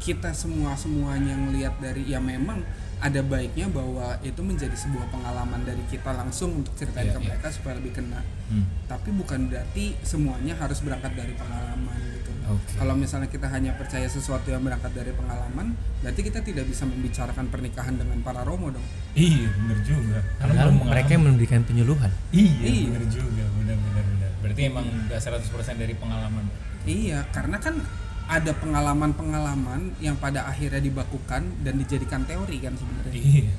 Speaker 2: kita semua semuanya ngelihat dari ya memang ada baiknya bahwa itu menjadi sebuah pengalaman dari kita langsung untuk ceritain
Speaker 1: Iya,
Speaker 2: ke
Speaker 1: iya.
Speaker 2: mereka supaya lebih kena
Speaker 1: Hmm,
Speaker 2: tapi bukan berarti semuanya harus berangkat dari pengalaman gitu
Speaker 1: Oke.
Speaker 2: kalau misalnya kita hanya percaya sesuatu yang berangkat dari pengalaman berarti kita tidak bisa membicarakan pernikahan dengan para romo dong
Speaker 1: iya bener juga karena
Speaker 3: Padahal
Speaker 1: belum
Speaker 3: mereka
Speaker 1: mengalami.
Speaker 3: yang memberikan penyuluhan.
Speaker 1: iya,
Speaker 2: Iya.
Speaker 1: bener juga bener bener bener berarti emang gak 100% dari pengalaman
Speaker 2: Iya, karena kan ada pengalaman-pengalaman yang pada akhirnya dibakukan dan dijadikan teori kan sebenarnya.
Speaker 1: iya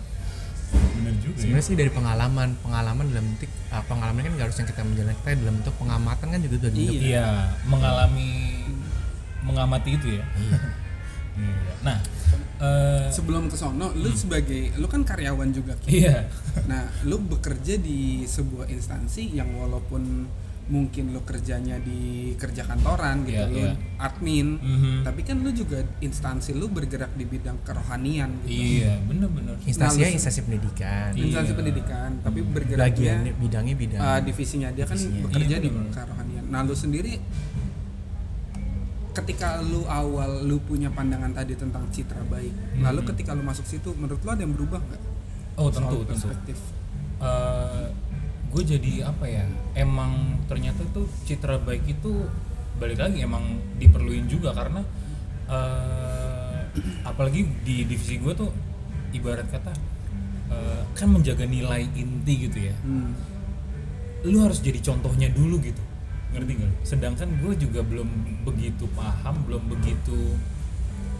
Speaker 1: bener juga ya
Speaker 3: Sebenarnya sih dari pengalaman, pengalaman dalam bentuk ah, pengalaman kan nggak harus yang kita menjalani, kita dalam bentuk pengamatan kan juga udah bentuk.
Speaker 1: iya mengalami mengamati itu ya Iya. nah eh,
Speaker 2: Sebelum ke sono,
Speaker 1: Hmm.
Speaker 2: lu sebagai lu kan karyawan juga. Ki.
Speaker 1: iya
Speaker 2: Nah, lu bekerja di sebuah instansi yang walaupun mungkin lu kerjanya di kerja kantoran gitu,
Speaker 1: Iya,
Speaker 2: lu
Speaker 1: iya.
Speaker 2: admin,
Speaker 1: Mhm.
Speaker 2: tapi kan lu juga instansi lu bergerak di bidang kerohanian gitu.
Speaker 1: iya bener bener
Speaker 3: Instansinya
Speaker 2: Nah, lu-
Speaker 3: instansi pendidikan.
Speaker 2: Instansi
Speaker 1: Iya. Ah,
Speaker 2: pendidikan, tapi bergeraknya
Speaker 3: Bagian bidangnya bidang.
Speaker 2: Uh, divisinya dia kan
Speaker 3: Divisinya.
Speaker 2: bekerja
Speaker 1: Iya,
Speaker 2: di
Speaker 1: bener.
Speaker 2: kerohanian. Nah, lu sendiri ketika lu awal lu punya pandangan tadi tentang citra baik, lalu ketika lu masuk situ menurut lu ada yang berubah nggak?
Speaker 1: Hmm. oh tentu
Speaker 2: Soal
Speaker 1: tentu
Speaker 2: perspektif.
Speaker 1: gue Eh, jadi apa ya emang ternyata tuh citra baik itu balik lagi emang diperluin juga karena eh, apalagi di divisi gue tuh ibarat kata eh, kan menjaga nilai inti gitu ya
Speaker 2: Hmm.
Speaker 1: lu harus jadi contohnya dulu gitu ngerti gak? lu? Sedangkan gue juga belum begitu paham belum begitu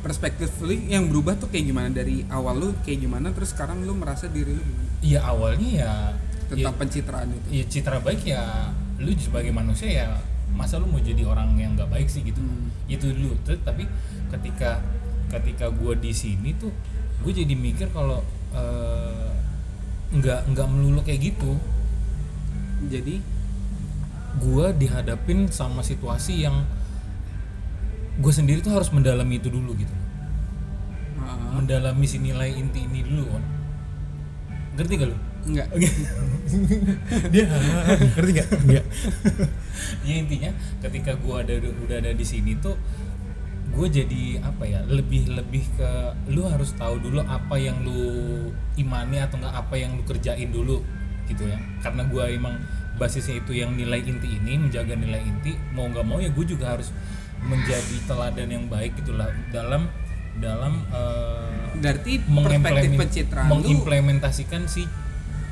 Speaker 2: Perspektif lu yang berubah tuh kayak gimana dari awal lu kayak gimana terus sekarang lu merasa diri lu gimana?
Speaker 1: ya awalnya ya ya,
Speaker 2: Tentang pencitraan itu.
Speaker 1: ya citra baik ya lu sebagai manusia ya masa lu mau jadi orang yang nggak baik sih gitu
Speaker 2: Hmm.
Speaker 1: itu dulu Ter- tapi ketika ketika gue di sini tuh gue jadi mikir kalau eh, nggak nggak melulu kayak gitu
Speaker 2: Jadi
Speaker 1: gue dihadapin sama situasi yang gue sendiri tuh harus mendalami itu dulu gitu
Speaker 2: uh,
Speaker 1: mendalami si nilai inti ini dulu on ngerti gak lu
Speaker 2: enggak
Speaker 3: dia ngerti nggak? Nggak.
Speaker 1: ya intinya ketika gua ada udah ada di sini tuh gue jadi apa ya lebih lebih ke lu harus tahu dulu apa yang lu imani atau enggak apa yang lu kerjain dulu gitu ya karena gua emang basisnya itu yang nilai inti ini menjaga nilai inti mau nggak mau ya gue juga harus menjadi teladan yang baik gitulah dalam dalam eh,
Speaker 2: berarti perspektif
Speaker 1: mengimplemen-
Speaker 2: pencitraan lu
Speaker 1: mengimplementasikan si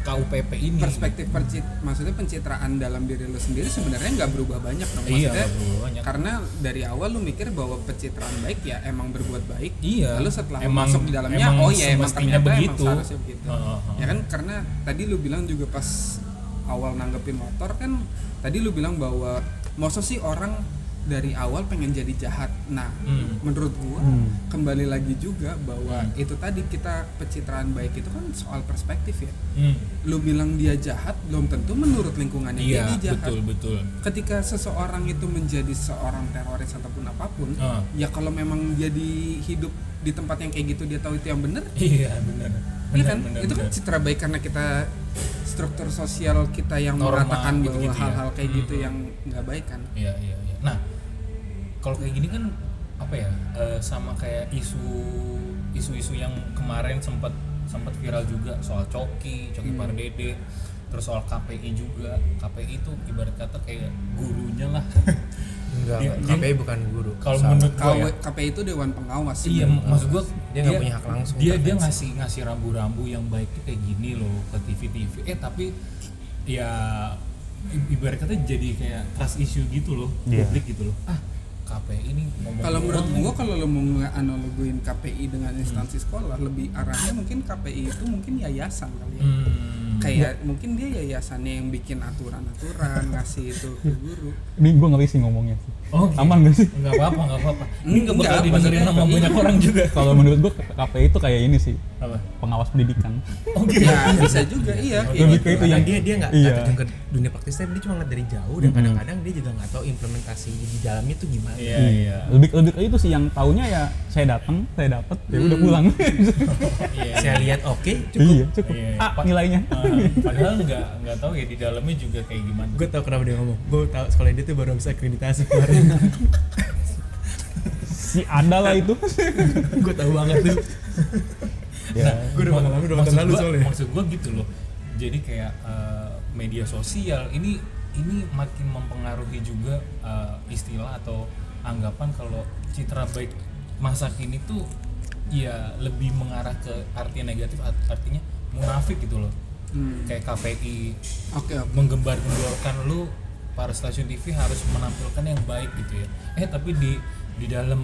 Speaker 1: KUPP ini gitu.
Speaker 2: perspektif percit maksudnya pencitraan dalam diri lu sendiri sebenarnya nggak berubah banyak dong
Speaker 1: Iya,
Speaker 2: maksudnya
Speaker 1: nggak berubah banyak.
Speaker 2: karena dari awal lu mikir bahwa pencitraan baik ya emang berbuat baik
Speaker 1: Iya.
Speaker 2: lalu setelah lu
Speaker 1: Emang-
Speaker 2: masuk di dalamnya
Speaker 1: iya, emang
Speaker 2: oh ya emang
Speaker 1: semestinya
Speaker 2: ternyata
Speaker 1: begitu.
Speaker 2: emang seharusnya begitu
Speaker 1: Heeh, heeh.
Speaker 2: ya kan karena tadi lu bilang juga pas awal nanggepin motor kan tadi lu bilang bahwa masa sih orang dari awal pengen jadi jahat nah
Speaker 1: Hmm.
Speaker 2: menurut gua kembali lagi juga bahwa itu tadi kita pencitraan baik itu kan soal perspektif ya
Speaker 1: Hmm.
Speaker 2: lu bilang dia jahat belum tentu menurut lingkungannya
Speaker 1: Iya,
Speaker 2: dia jahat.
Speaker 1: betul betul.
Speaker 2: Ketika seseorang itu menjadi seorang teroris ataupun apapun,
Speaker 1: Ah.
Speaker 2: ya kalau memang jadi hidup di tempat yang kayak gitu dia tahu itu yang benar,
Speaker 1: Iya, benar.
Speaker 2: iya kan? itu kan citra baik karena kita struktur sosial kita yang
Speaker 1: Norma,
Speaker 2: meratakan bahwa
Speaker 1: gitu-gitu ya.
Speaker 2: hal-hal kayak gitu
Speaker 1: Mm-mm.
Speaker 2: yang nggak baik kan.
Speaker 1: Iya, iya, iya. Nah, kalau kayak gini kan apa ya? eh, sama kayak isu isu-isu yang kemarin sempat sempat viral juga soal coki, coki pardede, terus soal KPI juga. KPI itu ibarat kata kayak gurunya lah.
Speaker 3: Enggak,
Speaker 1: Dia-
Speaker 3: KPI bukan guru.
Speaker 1: Kalau
Speaker 3: Salah.
Speaker 1: menurut gua
Speaker 2: KW,
Speaker 1: ya,
Speaker 2: KPI itu dewan pengawas.
Speaker 1: Iya,
Speaker 2: sebenarnya.
Speaker 1: maksud gua
Speaker 3: Dia nggak punya hak langsung
Speaker 1: Dia dia
Speaker 3: intervensi.
Speaker 1: ngasih ngasih rambu-rambu yang baik tuh kayak gini loh ke TV-TV. Eh tapi ya i- ibarat kata jadi kayak trust issue gitu loh,
Speaker 4: Iya.
Speaker 1: publik gitu loh. Ah, KPI ini ngomong
Speaker 2: Kalau menurut
Speaker 1: doang.
Speaker 2: gua kalau lo mau anu, nganaloguin KPI dengan
Speaker 1: Hmm.
Speaker 2: instansi sekolah lebih arahnya mungkin KPI itu mungkin yayasan kali ya.
Speaker 1: Hmm.
Speaker 2: kayak mungkin dia yayasannya yang bikin aturan-aturan ngasih itu ke guru
Speaker 4: Ini gue ngeri sih ngomongnya sih.
Speaker 1: Oh, gitu.
Speaker 4: Aman gak sih?
Speaker 1: Enggak apa-apa, enggak apa-apa. Ini enggak
Speaker 2: Enggak,
Speaker 1: bakal didengerin
Speaker 2: maksudnya-
Speaker 1: sama banyak orang juga.
Speaker 4: Kalau menurut gua KPI itu kayak ini sih,
Speaker 1: Apa?
Speaker 4: pengawas pendidikan.
Speaker 1: Oh, gitu.
Speaker 2: ya bisa juga iya kayak
Speaker 4: Lebih
Speaker 2: gitu.
Speaker 4: ke itu
Speaker 3: Karena
Speaker 4: yang
Speaker 3: dia dia nggak
Speaker 4: iya.
Speaker 3: nggak terjun ke dunia praktisnya, dia cuma ngeliat dari jauh dan kadang-kadang dia juga nggak tahu implementasi di dalamnya tuh gimana.
Speaker 1: Iya, iya.
Speaker 4: Iya. Lebih lebih ke itu sih yang taunya ya saya datang, saya dapat, ya udah pulang.
Speaker 1: Iya.
Speaker 3: Saya lihat oke, cukup.
Speaker 4: iya, cukup.
Speaker 1: Iya, iya.
Speaker 4: A nilainya.
Speaker 1: Eh, padahal nggak nggak tahu ya di dalamnya juga kayak gimana.
Speaker 3: Gue tau kenapa dia ngomong. Gue tau sekolah dia tuh baru habis akreditasi kemarin.
Speaker 4: si ada lah itu.
Speaker 1: Iya.
Speaker 3: gue tau banget tuh.
Speaker 4: Ya.
Speaker 3: Gue udah pengalaman dua
Speaker 1: Maksud
Speaker 3: tahun lalu
Speaker 1: gua-
Speaker 3: soalnya.
Speaker 1: Maksud gue gitu loh. Jadi kayak eh, media sosial ini ini makin mempengaruhi juga eh, istilah atau anggapan kalau citra baik masa kini tuh ya lebih mengarah ke arti negatif art- artinya munafik gitu loh. Kayak KPI
Speaker 2: Hmm. oke oke
Speaker 1: menggembar-gemborkan lu para stasiun TV harus menampilkan yang baik gitu ya. Eh tapi di di dalam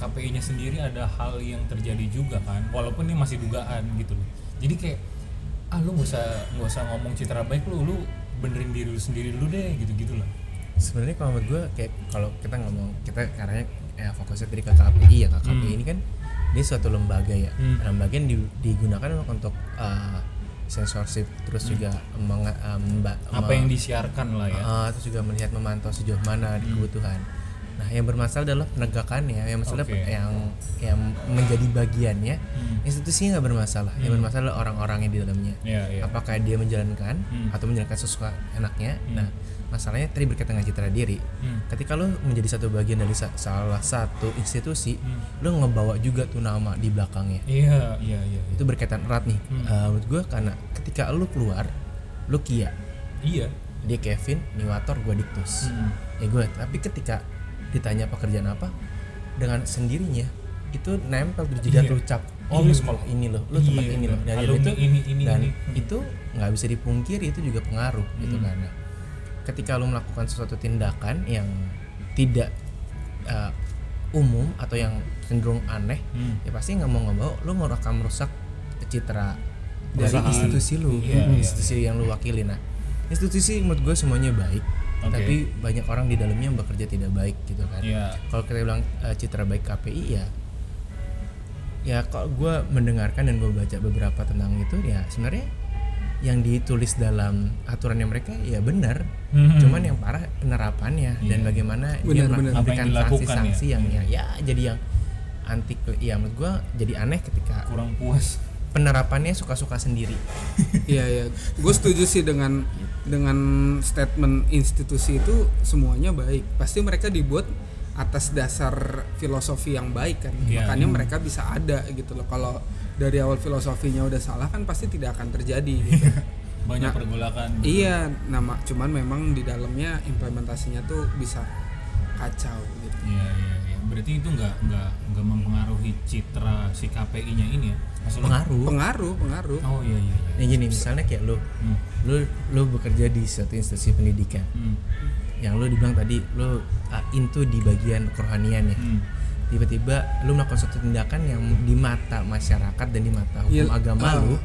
Speaker 1: KPI-nya sendiri ada hal yang terjadi juga kan, walaupun ini masih dugaan gitu loh. Jadi kayak ah lu nggak usah nggak usah ngomong citra baik lu, lu benerin diri lu sendiri dulu deh gitu-gitu lah.
Speaker 3: Sebenarnya kalau menurut gue kayak kalau kita ngomong kita karena ya, fokusnya dari KKPI ya KKPI ini kan dia suatu lembaga ya.
Speaker 1: Hmm.
Speaker 3: Lembaga yang di- digunakan untuk eh, sensorship terus juga meng, eh, memba-
Speaker 1: Apa
Speaker 3: me-
Speaker 1: yang disiarkan lah ya.
Speaker 3: Ah, terus juga melihat memantau sejauh mana
Speaker 1: Hmm.
Speaker 3: kebutuhan. Nah, yang bermasalah adalah penegakannya, yang masalah
Speaker 1: Oke.
Speaker 3: yang yang menjadi bagiannya
Speaker 1: Hmm.
Speaker 3: institusinya nggak bermasalah, yang bermasalah adalah orang-orangnya di dalamnya.
Speaker 1: Iya, iya.
Speaker 3: Apakah dia menjalankan
Speaker 1: Hmm.
Speaker 3: atau menjalankan sesuka enaknya?
Speaker 1: Hmm.
Speaker 3: Nah, masalahnya tadi berkaitan dengan citra diri.
Speaker 1: Hmm.
Speaker 3: Ketika lo menjadi satu bagian dari sa- salah satu institusi,
Speaker 1: Hmm.
Speaker 3: lo ngebawa juga tuh nama di belakangnya
Speaker 1: Iya, iya, iya.
Speaker 3: itu berkaitan erat nih
Speaker 1: Hmm.
Speaker 3: Eh, menurut gue karena ketika lo keluar lo kia
Speaker 1: Iya.
Speaker 3: dia Kevin, Niwator, gue Diktus.
Speaker 1: Hmm.
Speaker 3: Ya gue, tapi ketika ditanya pekerjaan apa, dengan sendirinya itu nempel di jidat
Speaker 1: Iya.
Speaker 3: lu cap.
Speaker 1: Iya,
Speaker 3: Oh lu
Speaker 1: bener.
Speaker 3: sekolah ini loh, lu tempat
Speaker 1: Iya,
Speaker 3: ini loh.
Speaker 1: bener.
Speaker 3: Dan
Speaker 1: Alumni
Speaker 3: itu
Speaker 1: ini, ini,
Speaker 3: dan
Speaker 1: ini. Hmm.
Speaker 3: itu nggak bisa dipungkiri itu juga pengaruh gitu karena ketika lu melakukan sesuatu tindakan yang tidak eh, umum atau yang cenderung aneh,
Speaker 1: Hmm.
Speaker 3: ya pasti nggak mau nggak mau lu akan merusak citra dari
Speaker 1: Perusahaan.
Speaker 3: institusi lu
Speaker 1: Iya, iya.
Speaker 3: Hmm. institusi yang lu wakili nah institusi menurut gue semuanya baik
Speaker 1: Oke.
Speaker 3: tapi banyak orang di dalamnya yang bekerja tidak baik gitu kan
Speaker 1: Iya.
Speaker 3: kalau kita bilang eh, citra baik KPI ya ya kalau gue mendengarkan dan gue baca beberapa tentang itu ya sebenarnya yang ditulis dalam aturannya mereka ya benar
Speaker 1: Hmm.
Speaker 3: cuman yang parah penerapannya
Speaker 1: Iya.
Speaker 3: dan bagaimana
Speaker 2: Benar,
Speaker 3: dia
Speaker 1: Apa
Speaker 2: benar.
Speaker 3: melakukan
Speaker 1: yang
Speaker 3: memberikan
Speaker 1: dilakukan
Speaker 3: sanksi-sanksi
Speaker 1: ya.
Speaker 3: yang ya, ya jadi yang anti ya menurut gue jadi aneh ketika
Speaker 1: Kurang puas.
Speaker 3: penerapannya suka-suka sendiri
Speaker 2: iya iya gue setuju sih dengan dengan statement institusi itu semuanya baik pasti mereka dibuat atas dasar filosofi yang baik kan
Speaker 1: Iya.
Speaker 2: makanya mereka bisa ada gitu loh kalau dari awal filosofinya udah salah kan pasti tidak akan terjadi gitu.
Speaker 1: Banyak
Speaker 2: Nah,
Speaker 1: pergolakan.
Speaker 2: iya nama cuman memang di dalamnya implementasinya tuh bisa kacau gitu
Speaker 1: Iya, iya, iya. Berarti itu nggak nggak nggak mempengaruhi citra si KPI-nya ini ya? Maksud lu-
Speaker 3: pengaruh
Speaker 2: pengaruh pengaruh
Speaker 1: Oh iya iya. iya.
Speaker 3: ya gini misalnya kayak lu
Speaker 1: Hmm.
Speaker 3: lu lu bekerja di suatu institusi pendidikan
Speaker 1: Hmm.
Speaker 3: yang lu dibilang tadi lu ah, into di bagian kerohanian ya
Speaker 1: Hmm.
Speaker 3: tiba-tiba lu melakukan suatu tindakan yang di mata masyarakat dan di mata hukum
Speaker 2: Iya,
Speaker 3: agama
Speaker 2: ah.
Speaker 3: lu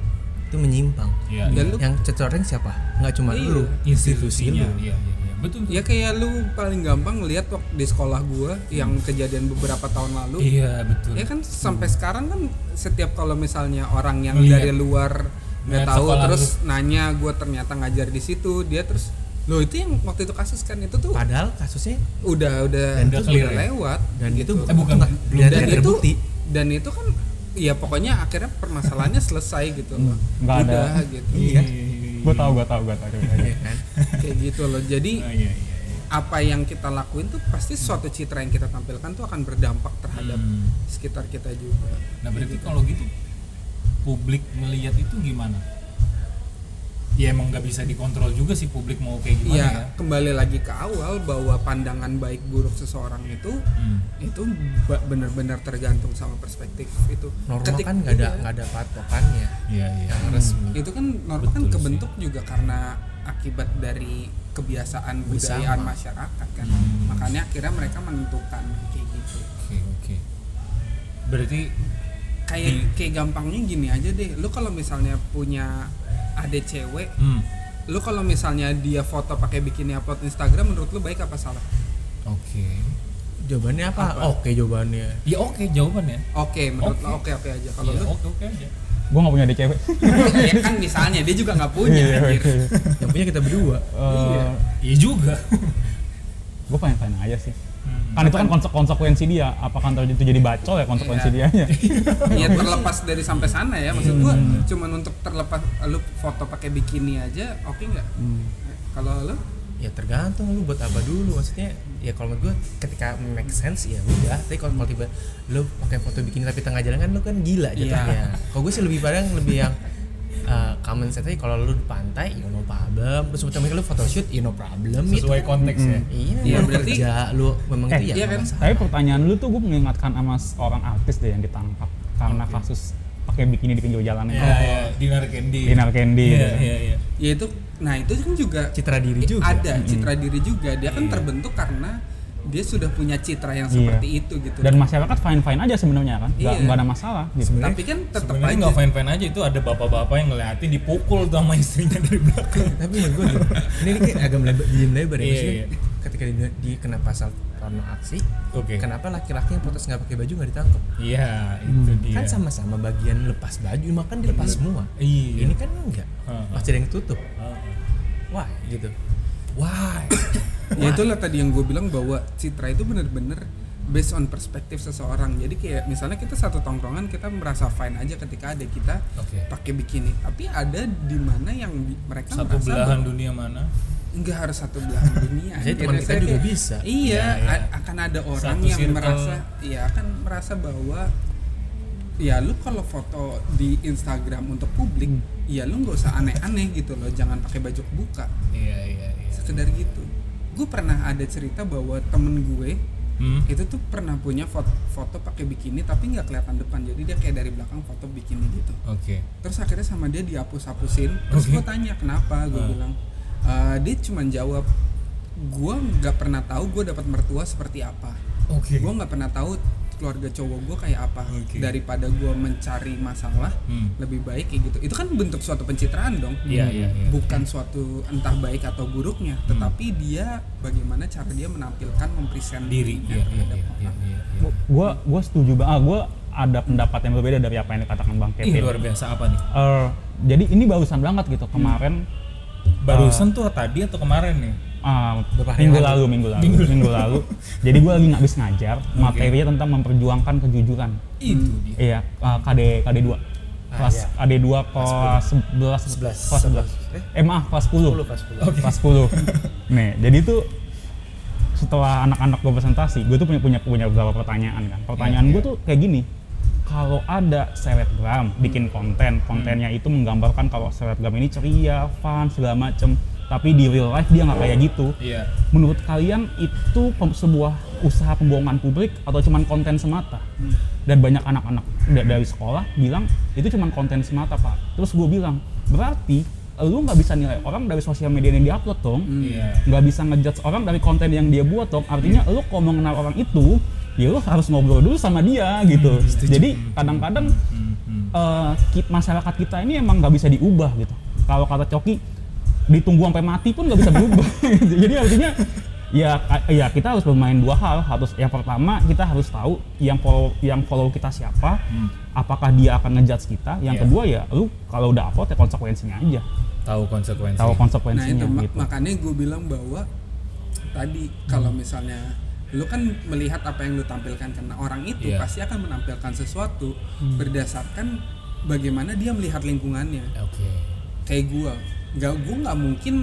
Speaker 3: itu menyimpang
Speaker 1: Iya.
Speaker 2: Dan
Speaker 1: iya.
Speaker 2: lu-
Speaker 3: yang cecoreng siapa nggak cuma
Speaker 2: Iya.
Speaker 3: lu
Speaker 1: Institusinya. Iya iya iya. Betul.
Speaker 2: ya kayak lu paling gampang lihat waktu di sekolah gua yang kejadian beberapa tahun lalu
Speaker 1: Iya betul.
Speaker 2: ya kan sampai sekarang kan setiap kalau misalnya orang yang
Speaker 1: Ngeliat.
Speaker 2: dari luar nggak
Speaker 1: Ngeliat
Speaker 2: tahu
Speaker 1: sekolah
Speaker 2: terus nanya gue ternyata ngajar di situ dia terus lo itu yang waktu itu kasus kan itu tuh
Speaker 3: padahal kasusnya
Speaker 2: udah udah
Speaker 1: Dan udah
Speaker 2: itu
Speaker 1: clear
Speaker 2: udah
Speaker 1: ya?
Speaker 2: lewat
Speaker 3: dan itu
Speaker 2: gitu.
Speaker 1: Eh, bukan,
Speaker 3: nggak-
Speaker 1: belum
Speaker 3: dan
Speaker 2: dan
Speaker 3: nggak
Speaker 2: itu
Speaker 3: terbukti
Speaker 2: dan itu kan ya pokoknya akhirnya permasalahannya selesai gitu loh
Speaker 4: nggak ada.
Speaker 2: udah gitu
Speaker 3: iya
Speaker 4: Gua tahu, gua tahu, gua tahu. Coba aja.
Speaker 3: Iya kan
Speaker 2: kayak gitu loh jadi
Speaker 1: Ah, iya iya. iya.
Speaker 2: apa yang kita lakuin tuh pasti suatu citra yang kita tampilkan tuh akan berdampak terhadap
Speaker 1: Hmm.
Speaker 2: sekitar kita juga.
Speaker 1: Nah berarti kalau gitu publik melihat itu gimana? Ya emang nggak bisa dikontrol juga sih publik mau kayak gimana ya.
Speaker 2: Ya, kembali lagi ke awal bahwa pandangan baik buruk seseorang itu
Speaker 1: Hmm.
Speaker 2: itu ba- benar-benar tergantung sama perspektif itu.
Speaker 3: norma
Speaker 2: Ketik-
Speaker 3: kan nggak ada
Speaker 2: iya.
Speaker 3: nggak ada patokannya
Speaker 1: Iya iya.
Speaker 3: yang resmi
Speaker 2: Itu kan norma kan
Speaker 1: Betul sih.
Speaker 2: kebentuk juga karena akibat dari kebiasaan budayaan
Speaker 3: Bersama.
Speaker 2: masyarakat kan.
Speaker 1: Hmm.
Speaker 2: Makanya akhirnya mereka menentukan kayak gitu.
Speaker 1: Oke oke. Berarti Hmm.
Speaker 2: Kayak kayak gampangnya gini aja deh. Lu kalau misalnya punya adik cewek,
Speaker 1: hmm.
Speaker 2: lu kalau misalnya dia foto pakai bikini upload Instagram menurut lu baik apa salah?
Speaker 1: Oke.
Speaker 3: Jawabannya apa?
Speaker 2: Apa?
Speaker 3: Oke jawabannya.
Speaker 1: Ya oke jawabannya.
Speaker 2: Oke, menurut lo
Speaker 1: Oke.
Speaker 2: oke oke aja. Kalau
Speaker 1: Iya
Speaker 2: lu
Speaker 1: oke oke aja.
Speaker 4: gue nggak punya adik cewek
Speaker 2: ya kan misalnya dia juga nggak punya.
Speaker 4: Iya,
Speaker 2: anjir.
Speaker 4: oke.
Speaker 3: Yang punya kita berdua.
Speaker 4: Eh,
Speaker 1: Iya juga.
Speaker 4: gue pengen tanya aja sih kan itu kan konse- konsekuensi dia apakah ntar kan itu jadi bacol ya konsekuensi
Speaker 2: Iya.
Speaker 4: dianya
Speaker 2: Iya terlepas dari sampai sana ya maksud gua cuman untuk terlepas lu foto pakai bikini aja oke nggak? Kalau lu
Speaker 3: Ya tergantung lu buat apa dulu. Maksudnya ya kalau menurut gue ketika make sense ya udah. Tapi kalau kalau tiba lu pakai foto bikini tapi tengah jalan kan lu kan gila jatuhnya. Kalau gue sih lebih padang lebih yang eh common sense aja kalau lu di pantai ya no problem. Terus temen lu photoshoot ya no problem. Itu
Speaker 1: Sesuai
Speaker 3: kan-
Speaker 1: konteks ya.
Speaker 3: Iya,
Speaker 2: Iya,
Speaker 3: lu
Speaker 2: berarti-
Speaker 3: kerja lu memang
Speaker 4: Eh,
Speaker 3: itu ya
Speaker 2: iya
Speaker 3: nggak
Speaker 2: kan?
Speaker 3: masalah.
Speaker 4: tapi pertanyaan lu tuh gue mengingatkan sama seorang artis deh yang ditangkap karena kasus pakai bikini di pinggir jalanan
Speaker 1: Ya, ya, dinar candy.
Speaker 4: Dinar candy,
Speaker 1: Iya
Speaker 4: gitu.
Speaker 1: iya iya.
Speaker 2: ya itu nah itu kan juga
Speaker 3: Citra diri juga. Hmm. Iya.
Speaker 2: ada citra diri juga dia kan terbentuk karena dia sudah punya citra yang
Speaker 4: Iya.
Speaker 2: seperti itu gitu.
Speaker 4: dan masyarakat fine fine aja sebenarnya kan nggak
Speaker 2: Iya.
Speaker 4: nggak ada masalah gitu
Speaker 2: Tapi kan tetap
Speaker 1: Sebenarnya
Speaker 2: aja
Speaker 1: nggak fine fine aja itu ada bapak-bapak yang ngeliatin dipukul tuh sama istrinya dari belakang.
Speaker 3: tapi menurut gue tuh, ini dikit agak melebar, diem lebar ya
Speaker 1: Iya,
Speaker 3: maksudnya
Speaker 1: iya.
Speaker 3: ketika di, di kena pasal porno aksi
Speaker 1: Oke.
Speaker 3: kenapa laki-laki yang protes nggak pakai baju nggak ditangkap
Speaker 1: Iya itu
Speaker 4: Hmm.
Speaker 1: dia.
Speaker 3: kan sama-sama bagian lepas baju makan dilepas semua
Speaker 1: Iya.
Speaker 3: ini kan enggak
Speaker 1: Ha-ha.
Speaker 3: masih ada yang tutup
Speaker 1: Ah,
Speaker 3: wah gitu wah
Speaker 2: ya itulah tadi yang gue bilang bahwa citra itu bener-bener based on perspektif seseorang jadi kayak misalnya kita satu tongkrongan kita merasa fine aja ketika ada kita
Speaker 1: Oke.
Speaker 2: pakai bikini tapi ada di mana yang di- mereka
Speaker 1: Satu
Speaker 2: merasa
Speaker 1: belahan dunia mana?
Speaker 2: nggak harus satu belahan dunia anjir.
Speaker 3: Jadi teman kita
Speaker 2: Saya
Speaker 3: juga
Speaker 2: kayak,
Speaker 3: bisa.
Speaker 2: iya
Speaker 1: Iya,
Speaker 2: a- akan ada orang
Speaker 1: Satu
Speaker 2: yang
Speaker 1: circle.
Speaker 2: merasa iya akan merasa bahwa ya lu kalau foto di Instagram untuk publik ya lu nggak usah aneh-aneh gitu loh jangan pakai baju buka
Speaker 1: Iya iya iya.
Speaker 2: sekedar gitu gue pernah ada cerita bahwa temen gue
Speaker 1: Hmm.
Speaker 2: itu tuh pernah punya foto, foto pakai bikini tapi nggak kelihatan depan jadi dia kayak dari belakang foto bikini gitu
Speaker 1: Oke.
Speaker 2: terus akhirnya sama dia dihapus-hapusin terus
Speaker 1: Oke. Ah.
Speaker 2: gue tanya kenapa gue bilang "Eh, dia cuman jawab gue nggak pernah tahu gue dapat mertua seperti apa
Speaker 1: Oke.
Speaker 2: gue nggak pernah tahu keluarga cowok gue kayak apa
Speaker 1: Oke.
Speaker 2: daripada gue mencari masalah
Speaker 1: Hmm.
Speaker 2: lebih baik kayak gitu itu kan bentuk suatu pencitraan dong
Speaker 1: Iya iya iya. Hmm.
Speaker 2: bukan suatu entah baik atau buruknya tetapi dia bagaimana cara dia menampilkan mempresent
Speaker 1: Diri. Iya iya iya. iya,
Speaker 2: Nah,
Speaker 1: iya, iya.
Speaker 4: gue gue setuju banget ah, gue ada pendapat yang berbeda dari apa yang dikatakan bang
Speaker 1: Ih
Speaker 4: Kevin
Speaker 1: Iya, luar biasa apa nih?
Speaker 4: Eh, jadi ini barusan banget gitu kemarin
Speaker 1: Barusan tuh tadi atau kemarin nih?
Speaker 4: ah,
Speaker 3: Beberapa hari
Speaker 4: minggu
Speaker 3: yang
Speaker 4: lalu, minggu lalu minggu lalu jadi gue lagi habis ngajar materinya tentang memperjuangkan kejujuran
Speaker 1: Itu dia.
Speaker 4: iya ah, KD KD 2
Speaker 3: Ah,
Speaker 4: kelas
Speaker 3: iya.
Speaker 4: KD 2 kelas 11
Speaker 3: Sebelas.
Speaker 4: kelas 11 eh maaf kelas 10
Speaker 3: 10, kelas 10.
Speaker 4: kelas 10 nih jadi itu setelah anak-anak gue presentasi gue tuh punya punya punya beberapa pertanyaan kan pertanyaan gue tuh kayak gini kalau ada selebgram bikin konten kontennya itu menggambarkan kalau selebgram ini ceria fun segala macem tapi di real life dia nggak kayak gitu
Speaker 1: Iya.
Speaker 4: menurut kalian itu pem- sebuah usaha pembohongan publik atau cuman konten semata dan banyak anak-anak da- dari sekolah bilang itu cuman konten semata pak terus gue bilang berarti lu nggak bisa nilai orang dari sosial media yang diupload dong
Speaker 1: Iya.
Speaker 4: nggak bisa ngejudge orang dari konten yang dia buat dong artinya lu kalau mau kenal orang itu ya lu harus ngobrol dulu sama dia gitu jadi kadang-kadang
Speaker 1: Hmm,
Speaker 4: eh, ki- masyarakat kita ini emang nggak bisa diubah gitu kalau kata Coki ditunggu sampai mati pun nggak bisa berubah jadi artinya ya ka- ya kita harus bermain dua hal harus yang pertama kita harus tahu yang follow yang follow kita siapa
Speaker 2: Hmm.
Speaker 4: apakah dia akan ngejudge kita yang
Speaker 1: Iya.
Speaker 4: kedua ya lu kalau udah upload ya konsekuensinya aja
Speaker 1: Tahu konsekuensi.
Speaker 2: Iya
Speaker 4: tahu
Speaker 2: nah
Speaker 4: konsekuensinya
Speaker 2: itu mak-
Speaker 4: gitu
Speaker 2: makanya gue bilang bahwa tadi kalau
Speaker 1: Hmm.
Speaker 2: misalnya lu kan melihat apa yang lu tampilkan karena orang itu
Speaker 1: Iya. Hmm.
Speaker 2: pasti akan menampilkan sesuatu berdasarkan bagaimana dia melihat lingkungannya
Speaker 1: Oke.
Speaker 2: kayak gua nggak gua nggak mungkin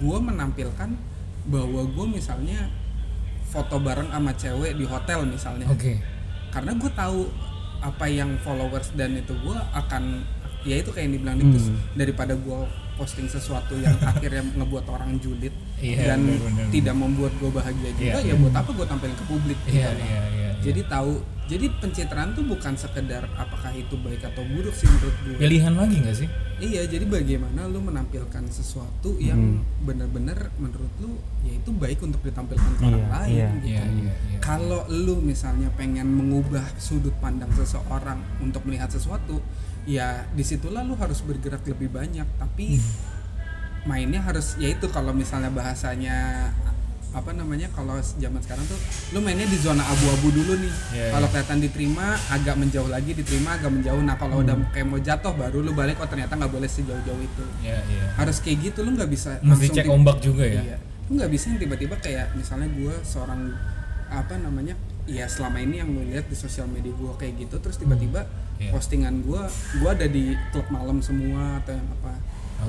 Speaker 2: gua menampilkan bahwa gua misalnya foto bareng sama cewek di hotel misalnya
Speaker 1: Oke.
Speaker 2: karena gue tahu apa yang followers dan itu gue akan ya itu kayak yang dibilang
Speaker 1: Hmm.
Speaker 2: Dictus daripada gue posting sesuatu yang akhirnya ngebuat orang julid
Speaker 1: Iya,
Speaker 2: dan
Speaker 1: benar-benar.
Speaker 2: tidak membuat gue bahagia juga
Speaker 1: Iya,
Speaker 2: ya buat apa gue tampilin ke publik
Speaker 1: Iya
Speaker 2: gitu.
Speaker 1: iya iya. Jadi
Speaker 2: jadi tahu jadi pencitraan tuh bukan sekedar apakah itu baik atau buruk sih menurut gue
Speaker 1: pilihan lagi nggak sih?
Speaker 2: Iya, jadi bagaimana lu menampilkan sesuatu
Speaker 4: Hmm.
Speaker 2: yang benar-benar menurut lu yaitu baik untuk ditampilkan ke orang
Speaker 4: Iya,
Speaker 2: lain
Speaker 4: iya,
Speaker 2: gitu.
Speaker 1: Iya iya iya.
Speaker 2: Kalau lu misalnya pengen mengubah sudut pandang seseorang untuk melihat sesuatu, ya disitulah lu harus bergerak lebih
Speaker 1: Hmm.
Speaker 2: ya banyak. Tapi mainnya harus yaitu kalau misalnya bahasanya apa namanya kalau zaman sekarang tuh lu mainnya di zona abu-abu dulu nih
Speaker 1: Iya,
Speaker 2: kalau kelihatan diterima agak menjauh lagi diterima agak menjauh nah kalau udah
Speaker 1: Hmm.
Speaker 2: kayak mau jatuh baru lu balik oh ternyata nggak boleh sejauh-jauh itu
Speaker 1: Iya, iya.
Speaker 2: harus kayak gitu lu nggak bisa
Speaker 1: Mesti
Speaker 2: langsung
Speaker 1: cek
Speaker 2: tiba-
Speaker 1: ombak juga ya.
Speaker 2: Iya. Lu nggak bisa yang tiba-tiba kayak misalnya gue seorang apa namanya ya selama ini yang lu lihat di sosial media gue kayak gitu terus tiba-tiba
Speaker 1: Iya.
Speaker 2: postingan gue gue ada di klub malam semua atau yang apa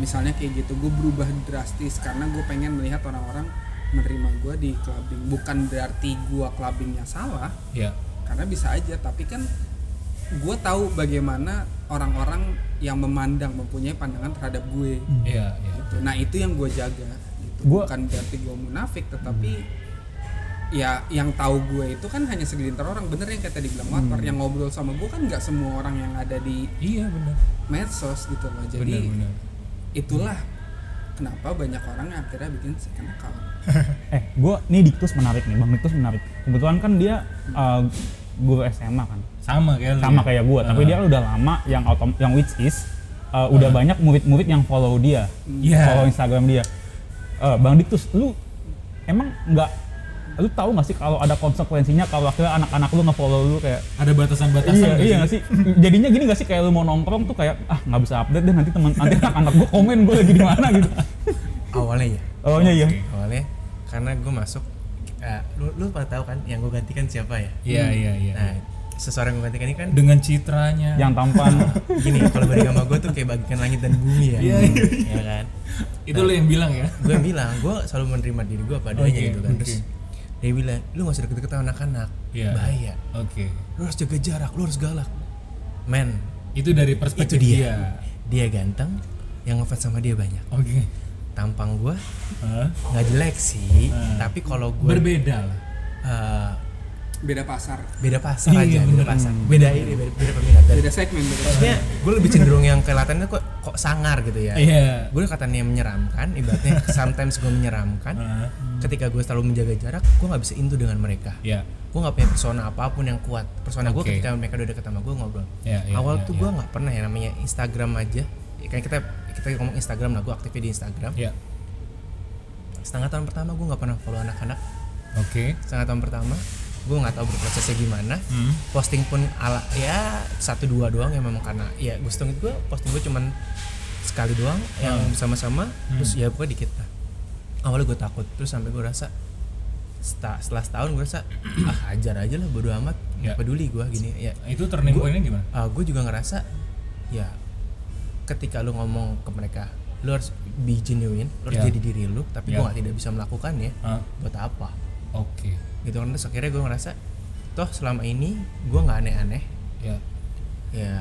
Speaker 2: misalnya kayak gitu gue berubah drastis karena gue pengen melihat orang-orang menerima gue di clubbing bukan berarti gue clubbingnya salah
Speaker 1: Iya.
Speaker 2: karena bisa aja tapi kan gue tahu bagaimana orang-orang yang memandang mempunyai pandangan terhadap gue
Speaker 1: Iya, iya.
Speaker 2: gitu. Nah itu yang gue jaga. Gitu.
Speaker 4: Gua-
Speaker 2: Bukan berarti gue munafik, tetapi ya yang tahu gue itu kan hanya segelintir orang. Bener yang kayak tadi bilang
Speaker 4: Hmm.
Speaker 2: Watwar, yang ngobrol sama gue kan nggak semua orang yang ada di
Speaker 1: Iya, benar.
Speaker 2: medsos gitu loh. Jadi
Speaker 1: Benar, benar.
Speaker 2: itulah kenapa banyak orang yang akhirnya bikin second account.
Speaker 4: eh gue nih Diktus menarik nih bang Diktus menarik kebetulan kan dia eh, guru SMA kan
Speaker 1: Sama kayak lu
Speaker 4: sama
Speaker 1: ya?
Speaker 4: kayak gue tapi
Speaker 1: Ah.
Speaker 4: dia kan udah lama yang autom yang which is eh, udah banyak murid-murid yang follow dia
Speaker 1: Iya.
Speaker 4: follow Instagram dia Eh, bang Diktus lu emang nggak lu tahu nggak sih kalau ada konsekuensinya kalau akhirnya anak-anak lu ngefollow lu kayak
Speaker 1: ada batasan-batasan
Speaker 4: Iya,
Speaker 1: nggak
Speaker 4: iya
Speaker 1: sih?
Speaker 4: gak sih? Jadinya gini gak sih kayak lu mau nongkrong tuh kayak ah nggak bisa update deh nanti teman nanti anak-anak gue komen gue lagi di mana gitu.
Speaker 3: awalnya ya
Speaker 4: Awalnya iya.
Speaker 3: awalnya karena gue masuk eh, lu lu pada tahu kan yang gue gantikan siapa ya
Speaker 1: Iya, iya, iya.
Speaker 3: nah seseorang yang gue gantikan ini kan
Speaker 1: Dengan citranya.
Speaker 4: Yang tampan.
Speaker 3: gini kalau balik sama gue tuh kayak bagikan langit dan bumi ya
Speaker 1: Iya, iya.
Speaker 3: ya kan
Speaker 1: itu lo yang bilang ya.
Speaker 3: gue bilang gue selalu menerima diri gue padanya
Speaker 1: Oke,
Speaker 3: gitu kan
Speaker 1: oke.
Speaker 3: terus dia bilang lu gak usah deket-deket sama anak-anak
Speaker 1: Iya.
Speaker 3: bahaya
Speaker 1: Oke.
Speaker 3: lu harus jaga jarak lu harus galak men
Speaker 1: Itu dari
Speaker 3: itu
Speaker 1: perspektif
Speaker 3: dia dia ganteng yang ngefans sama dia banyak
Speaker 1: Oke.
Speaker 3: tampang gue
Speaker 1: Hah?
Speaker 3: nggak jelek sih
Speaker 1: Eh.
Speaker 3: tapi kalau gue
Speaker 1: Berbeda lah.
Speaker 3: eh,
Speaker 2: Beda pasar,
Speaker 3: beda pasar
Speaker 1: Iya,
Speaker 3: aja
Speaker 1: bener.
Speaker 3: beda pasar beda ini beda, beda peminat Dan
Speaker 2: beda segmen, beda pasar.
Speaker 3: maksudnya gue lebih cenderung yang kelihatannya kok kok sangar gitu ya
Speaker 1: Iya.
Speaker 3: gue katanya menyeramkan ibaratnya sometimes gue menyeramkan
Speaker 1: Hah?
Speaker 3: ketika gue selalu menjaga jarak gue nggak bisa into dengan mereka
Speaker 1: Iya.
Speaker 3: gue nggak punya persona apapun yang kuat persona gue
Speaker 1: Oke.
Speaker 3: ketika mereka udah deket sama gue ngobrol
Speaker 1: Iya, iya,
Speaker 3: awal
Speaker 1: iya,
Speaker 3: tuh
Speaker 1: iya.
Speaker 3: gue nggak pernah ya namanya Instagram aja Ya, kan kita kita ngomong Instagram lah gue aktifnya di Instagram
Speaker 1: Iya.
Speaker 3: setengah tahun pertama gue nggak pernah follow anak-anak
Speaker 1: Oke.
Speaker 3: setengah tahun pertama gue nggak tahu berprosesnya gimana
Speaker 1: Hmm.
Speaker 3: posting pun ala ya satu dua doang ya memang karena ya gue setengah gue posting gue cuman sekali doang yang
Speaker 1: Hmm.
Speaker 3: sama-sama terus ya pokoknya dikit lah awalnya gue takut terus sampai gue rasa seta- setelah setahun gue rasa ah ajar aja lah bodo amat
Speaker 1: Ya.
Speaker 3: nggak peduli gue gini ya Ah,
Speaker 1: Itu turning
Speaker 3: Gua-
Speaker 1: point-nya gimana?
Speaker 3: gue juga ngerasa ya ketika lu ngomong ke mereka lu harus be genuine lu harus
Speaker 1: Ya.
Speaker 3: jadi diri lu tapi
Speaker 1: Ya. Ah.
Speaker 3: gue tidak bisa melakukannya
Speaker 1: Hah?
Speaker 3: buat apa
Speaker 1: Oke.
Speaker 3: gitu kan terus akhirnya gue ngerasa toh selama ini gue nggak aneh-aneh
Speaker 1: Ya.
Speaker 3: ya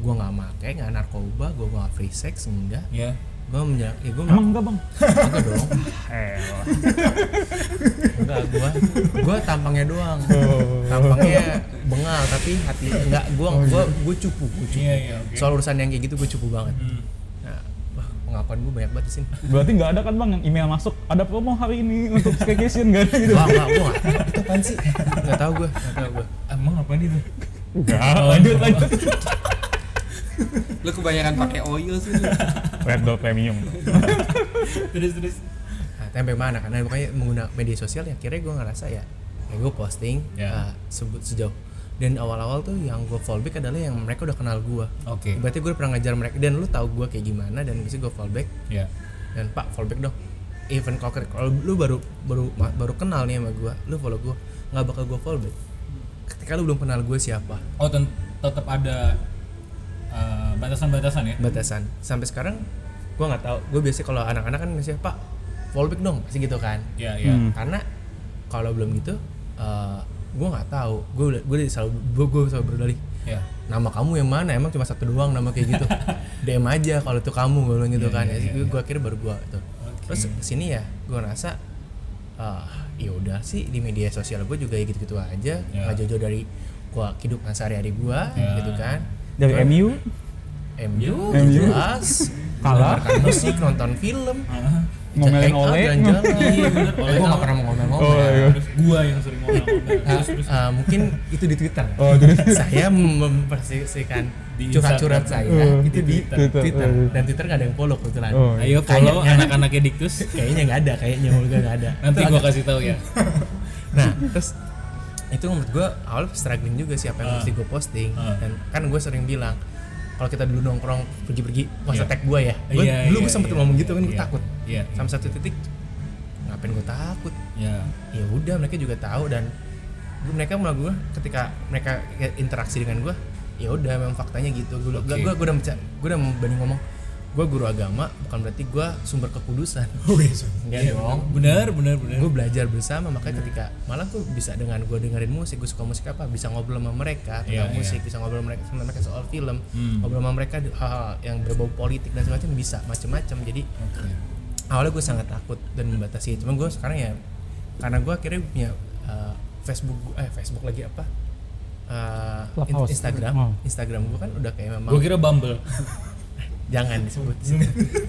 Speaker 3: gue nggak make nggak narkoba gue nggak free sex enggak
Speaker 1: Ya.
Speaker 3: gue menjak ya gue
Speaker 4: Emang enggak bang?
Speaker 3: enggak dong
Speaker 4: Eh,
Speaker 3: enggak gue gue tampangnya doang tampangnya bengal tapi hati enggak gue gue gue cupu gue cupu
Speaker 1: Iya, iya, oke.
Speaker 3: soal urusan yang kayak gitu gue cupu banget
Speaker 1: Hmm.
Speaker 3: nah wah pengakuan gue banyak banget di sini
Speaker 4: berarti nggak ada kan bang yang email masuk ada promo hari ini untuk staycation nggak ada gitu?
Speaker 3: wah nggak gue nggak itu apaan sih nggak tahu gue nggak tahu gue
Speaker 1: Emang apaan itu?
Speaker 4: Nggak, lanjut lanjut.
Speaker 2: Lu kebanyakan pakai oil sih. lu.
Speaker 4: Red Door Premium.
Speaker 1: terus terus.
Speaker 3: nah, sampai mana karena makanya menggunakan media sosial ya akhirnya gue ngerasa ya, ya gue posting
Speaker 1: Ya.
Speaker 3: uh, sebut sejauh dan awal-awal tuh yang gue fallback adalah yang mereka udah kenal gue
Speaker 1: Oke.
Speaker 3: berarti gue udah pernah ngajar mereka dan lu tahu gue kayak gimana dan mesti gue fallback
Speaker 1: Ya.
Speaker 3: dan pak fallback dong even kalau kalau lu baru baru ma- baru kenal nih sama gue lu follow gue nggak bakal gue fallback ketika lu belum kenal gue siapa
Speaker 1: Oh, ten- tetap ada eh, batasan-batasan ya.
Speaker 3: batasan sampai sekarang gue nggak tahu gue biasanya kalau anak-anak kan biasanya pak fallback dong pasti gitu kan
Speaker 1: Ya, ya.
Speaker 4: Hmm.
Speaker 3: karena kalau belum gitu eh gue nggak tahu gue udah- gue udah selalu gue, gue selalu berdalih
Speaker 1: Ya.
Speaker 3: nama kamu yang mana emang cuma satu doang nama kayak gitu DM aja kalau itu kamu gue bilang gitu
Speaker 1: Iya,
Speaker 3: kan
Speaker 1: iya,
Speaker 3: ya,
Speaker 1: iya,
Speaker 3: gue,
Speaker 1: iya.
Speaker 3: gue akhirnya baru gue itu
Speaker 1: Oke.
Speaker 3: terus kesini ya gue ngerasa ah ya udah sih di media sosial gue juga ya gitu-gitu aja
Speaker 1: Iya.
Speaker 3: nggak jauh-jauh dari gue kehidupan sehari-hari gue
Speaker 1: Iya.
Speaker 3: gitu kan
Speaker 4: Dari
Speaker 3: Terus-
Speaker 4: MU
Speaker 3: MU,
Speaker 4: MU.
Speaker 3: jelas
Speaker 4: Kalah.
Speaker 3: mendengarkan musik nonton film
Speaker 1: Ah,
Speaker 4: ngomelin
Speaker 3: Check out,
Speaker 4: oleh
Speaker 3: jalan-jalan.
Speaker 1: Iya, bener.
Speaker 3: Eh,
Speaker 1: Oleh
Speaker 3: gua nggak
Speaker 1: apa?
Speaker 3: pernah mau ngomel-ngomel
Speaker 4: Oh, iya.
Speaker 1: terus gua yang sering ngomong
Speaker 3: Ah,
Speaker 1: terus terus
Speaker 3: ah, mungkin itu di Twitter.
Speaker 4: Oh, itu di-
Speaker 3: saya mempersisikan
Speaker 1: Di
Speaker 3: curhat-curhat saya
Speaker 1: Instagram.
Speaker 4: Oh,
Speaker 3: itu di
Speaker 4: Twitter.
Speaker 3: Twitter.
Speaker 4: Twitter.
Speaker 3: Dan Twitter nggak ada yang follow kebetulan.
Speaker 4: Oh, iya.
Speaker 1: ayo kalau
Speaker 3: Kayaknya.
Speaker 1: anak-anaknya diktus
Speaker 3: Kayaknya nggak ada, kayaknya Olga nggak ada.
Speaker 1: nanti
Speaker 3: Itu
Speaker 1: gua
Speaker 3: agak-
Speaker 1: kasih tahu ya
Speaker 3: Nah, terus itu menurut gua awal struggling juga siapa yang
Speaker 1: Ah.
Speaker 3: mesti gua posting.
Speaker 1: Ah.
Speaker 3: Dan kan gua sering bilang kalau kita dulu nongkrong pergi-pergi masa
Speaker 1: Iya.
Speaker 3: tag gua ya. Gua,
Speaker 1: Iya,
Speaker 3: dulu
Speaker 1: iya,
Speaker 3: gua sempet
Speaker 1: iya.
Speaker 3: ngomong gitu kan gua
Speaker 1: Iya.
Speaker 3: takut.
Speaker 1: Iya.
Speaker 3: Sampai satu titik ngapain gua takut?
Speaker 1: ya
Speaker 3: ya udah mereka juga tahu dan gua- mereka malah gue ketika mereka kayak interaksi dengan gue ya udah memang faktanya gitu gue
Speaker 1: Oke.
Speaker 3: gue udah menca- gua udah berani ngomong gue guru agama bukan berarti gue sumber kekudusan enggak
Speaker 1: Iya,
Speaker 3: dong
Speaker 1: bener bener bener
Speaker 3: gue belajar bersama makanya ketika malah gue bisa dengan gue dengerin musik gue suka musik apa bisa ngobrol sama mereka
Speaker 1: Iya,
Speaker 3: tentang
Speaker 1: iya.
Speaker 3: musik bisa ngobrol mereka sama mereka soal film
Speaker 1: Hmm.
Speaker 3: ngobrol sama mereka di- hal-hal yang berbau politik dan semacam bisa macam-macam jadi
Speaker 1: Oke.
Speaker 3: awalnya gue sangat takut dan membatasi cuman gue sekarang ya karena gue akhirnya punya uh, Facebook gua- eh Facebook lagi apa Uh, in-
Speaker 4: Clubhouse.
Speaker 3: Instagram
Speaker 4: Oh.
Speaker 3: Instagram gue kan udah kayak memang
Speaker 1: Hmm. gua kira bumble
Speaker 3: jangan disebut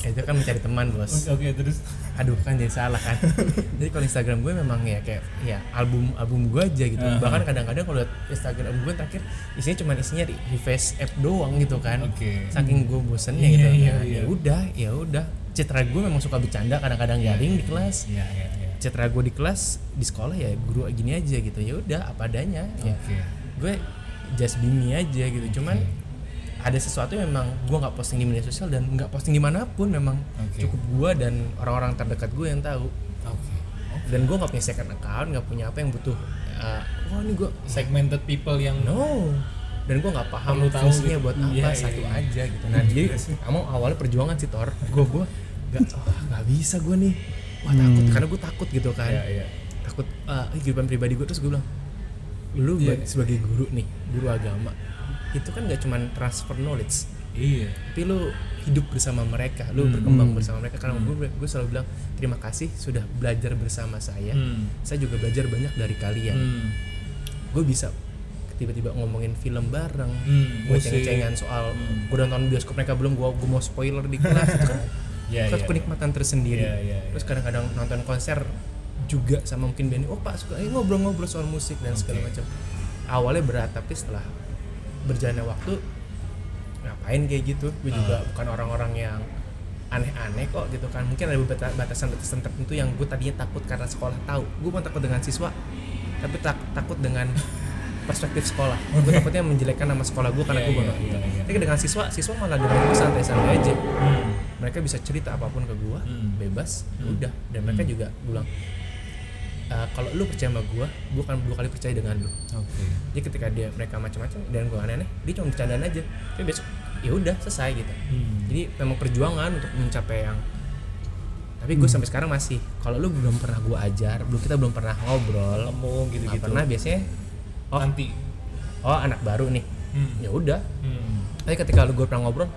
Speaker 3: Ya, itu kan mencari teman bos
Speaker 1: oke terus
Speaker 3: aduh kan jadi salah kan jadi kalau Instagram gue memang ya kayak ya album album gue aja gitu
Speaker 1: Aha.
Speaker 3: bahkan kadang-kadang kalau liat Instagram gue terakhir isinya cuma isinya di, di face app doang gitu kan
Speaker 1: Oke.
Speaker 3: saking gue bosennya
Speaker 1: Iya,
Speaker 3: gitu
Speaker 1: iya,
Speaker 3: Nah,
Speaker 1: iya.
Speaker 3: ya udah ya udah citra gue memang suka bercanda kadang-kadang garing di kelas
Speaker 1: ya ya ya
Speaker 3: citra gue di kelas di sekolah ya guru gini aja gitu ya udah apa adanya ya
Speaker 1: Oke.
Speaker 3: gue just be me aja gitu cuman ada sesuatu yang memang gue nggak posting di media sosial dan nggak posting dimanapun memang
Speaker 1: Oke.
Speaker 3: cukup gue dan orang-orang terdekat gue yang tahu
Speaker 1: oke
Speaker 3: dan gue nggak punya second account nggak punya apa yang butuh uh, wah ini gue
Speaker 1: segmented people yang
Speaker 3: no dan gue nggak paham
Speaker 1: Perlu tahu
Speaker 3: fungsinya
Speaker 1: gitu.
Speaker 3: buat apa
Speaker 1: Iya, iya,
Speaker 3: satu
Speaker 1: iya.
Speaker 3: aja gitu nah jadi emang awalnya perjuangan sih tor gue gue nggak wah, nggak bisa gue nih wah takut karena gue takut gitu kan
Speaker 1: Hmm. Iya, iya.
Speaker 3: takut ah, ini kehidupan pribadi gue terus gue bilang lu
Speaker 1: Iya.
Speaker 3: ba- sebagai guru nih guru agama itu kan gak cuman transfer knowledge
Speaker 1: iya
Speaker 3: tapi lu hidup bersama mereka lu
Speaker 1: Hmm.
Speaker 3: berkembang bersama mereka karena gue gue selalu bilang terima kasih sudah belajar bersama saya
Speaker 1: Hmm.
Speaker 3: saya juga belajar banyak dari kalian
Speaker 1: Hmm.
Speaker 3: gue bisa tiba-tiba ngomongin film bareng
Speaker 1: Hmm,
Speaker 3: gue
Speaker 1: musik.
Speaker 3: ceng-cengan soal
Speaker 1: Hmm.
Speaker 3: gue nonton bioskop mereka belum gue gue mau spoiler di kelas itu kan
Speaker 1: Iya,
Speaker 3: itu
Speaker 1: iya.
Speaker 3: kenikmatan tersendiri
Speaker 1: Iya, iya, iya.
Speaker 3: terus kadang-kadang nonton konser juga sama mungkin band oh pak suka eh, ngobrol-ngobrol soal musik dan segala
Speaker 1: Oke.
Speaker 3: macam awalnya berat tapi setelah berjalannya waktu ngapain kayak gitu gue
Speaker 1: Ah.
Speaker 3: juga bukan orang-orang yang aneh-aneh kok gitu kan mungkin ada bata- batasan-batasan tertentu yang gue tadinya takut karena sekolah tahu gue mau takut dengan siswa tapi tak- takut dengan perspektif sekolah gue takutnya menjelekkan nama sekolah gue karena
Speaker 1: Iya,
Speaker 3: gue
Speaker 1: iya,
Speaker 3: bodoh
Speaker 1: iya, iya.
Speaker 3: tapi dengan siswa siswa malah dengan gue santai-santai aja
Speaker 1: Hmm.
Speaker 3: mereka bisa cerita apapun ke gue
Speaker 1: Hmm.
Speaker 3: bebas
Speaker 1: Hmm.
Speaker 3: udah dan mereka juga bilang "Eh, kalau lu percaya sama gue gue akan dua kali percaya dengan lu
Speaker 1: oke
Speaker 3: jadi ketika dia mereka macam-macam dan gue aneh-aneh dia cuma bercandaan aja tapi besok ya udah selesai gitu
Speaker 1: Hmm.
Speaker 3: jadi memang perjuangan untuk mencapai yang tapi
Speaker 1: Hmm.
Speaker 3: gue sampai sekarang masih kalau lu belum pernah gue ajar belum kita belum pernah ngobrol
Speaker 1: ngomong
Speaker 3: nggak
Speaker 1: gitu-gitu
Speaker 3: pernah biasanya oh
Speaker 1: nanti
Speaker 3: oh anak baru nih
Speaker 1: Hmm.
Speaker 3: ya udah
Speaker 1: Hmm.
Speaker 3: tapi ketika lu gue pernah ngobrol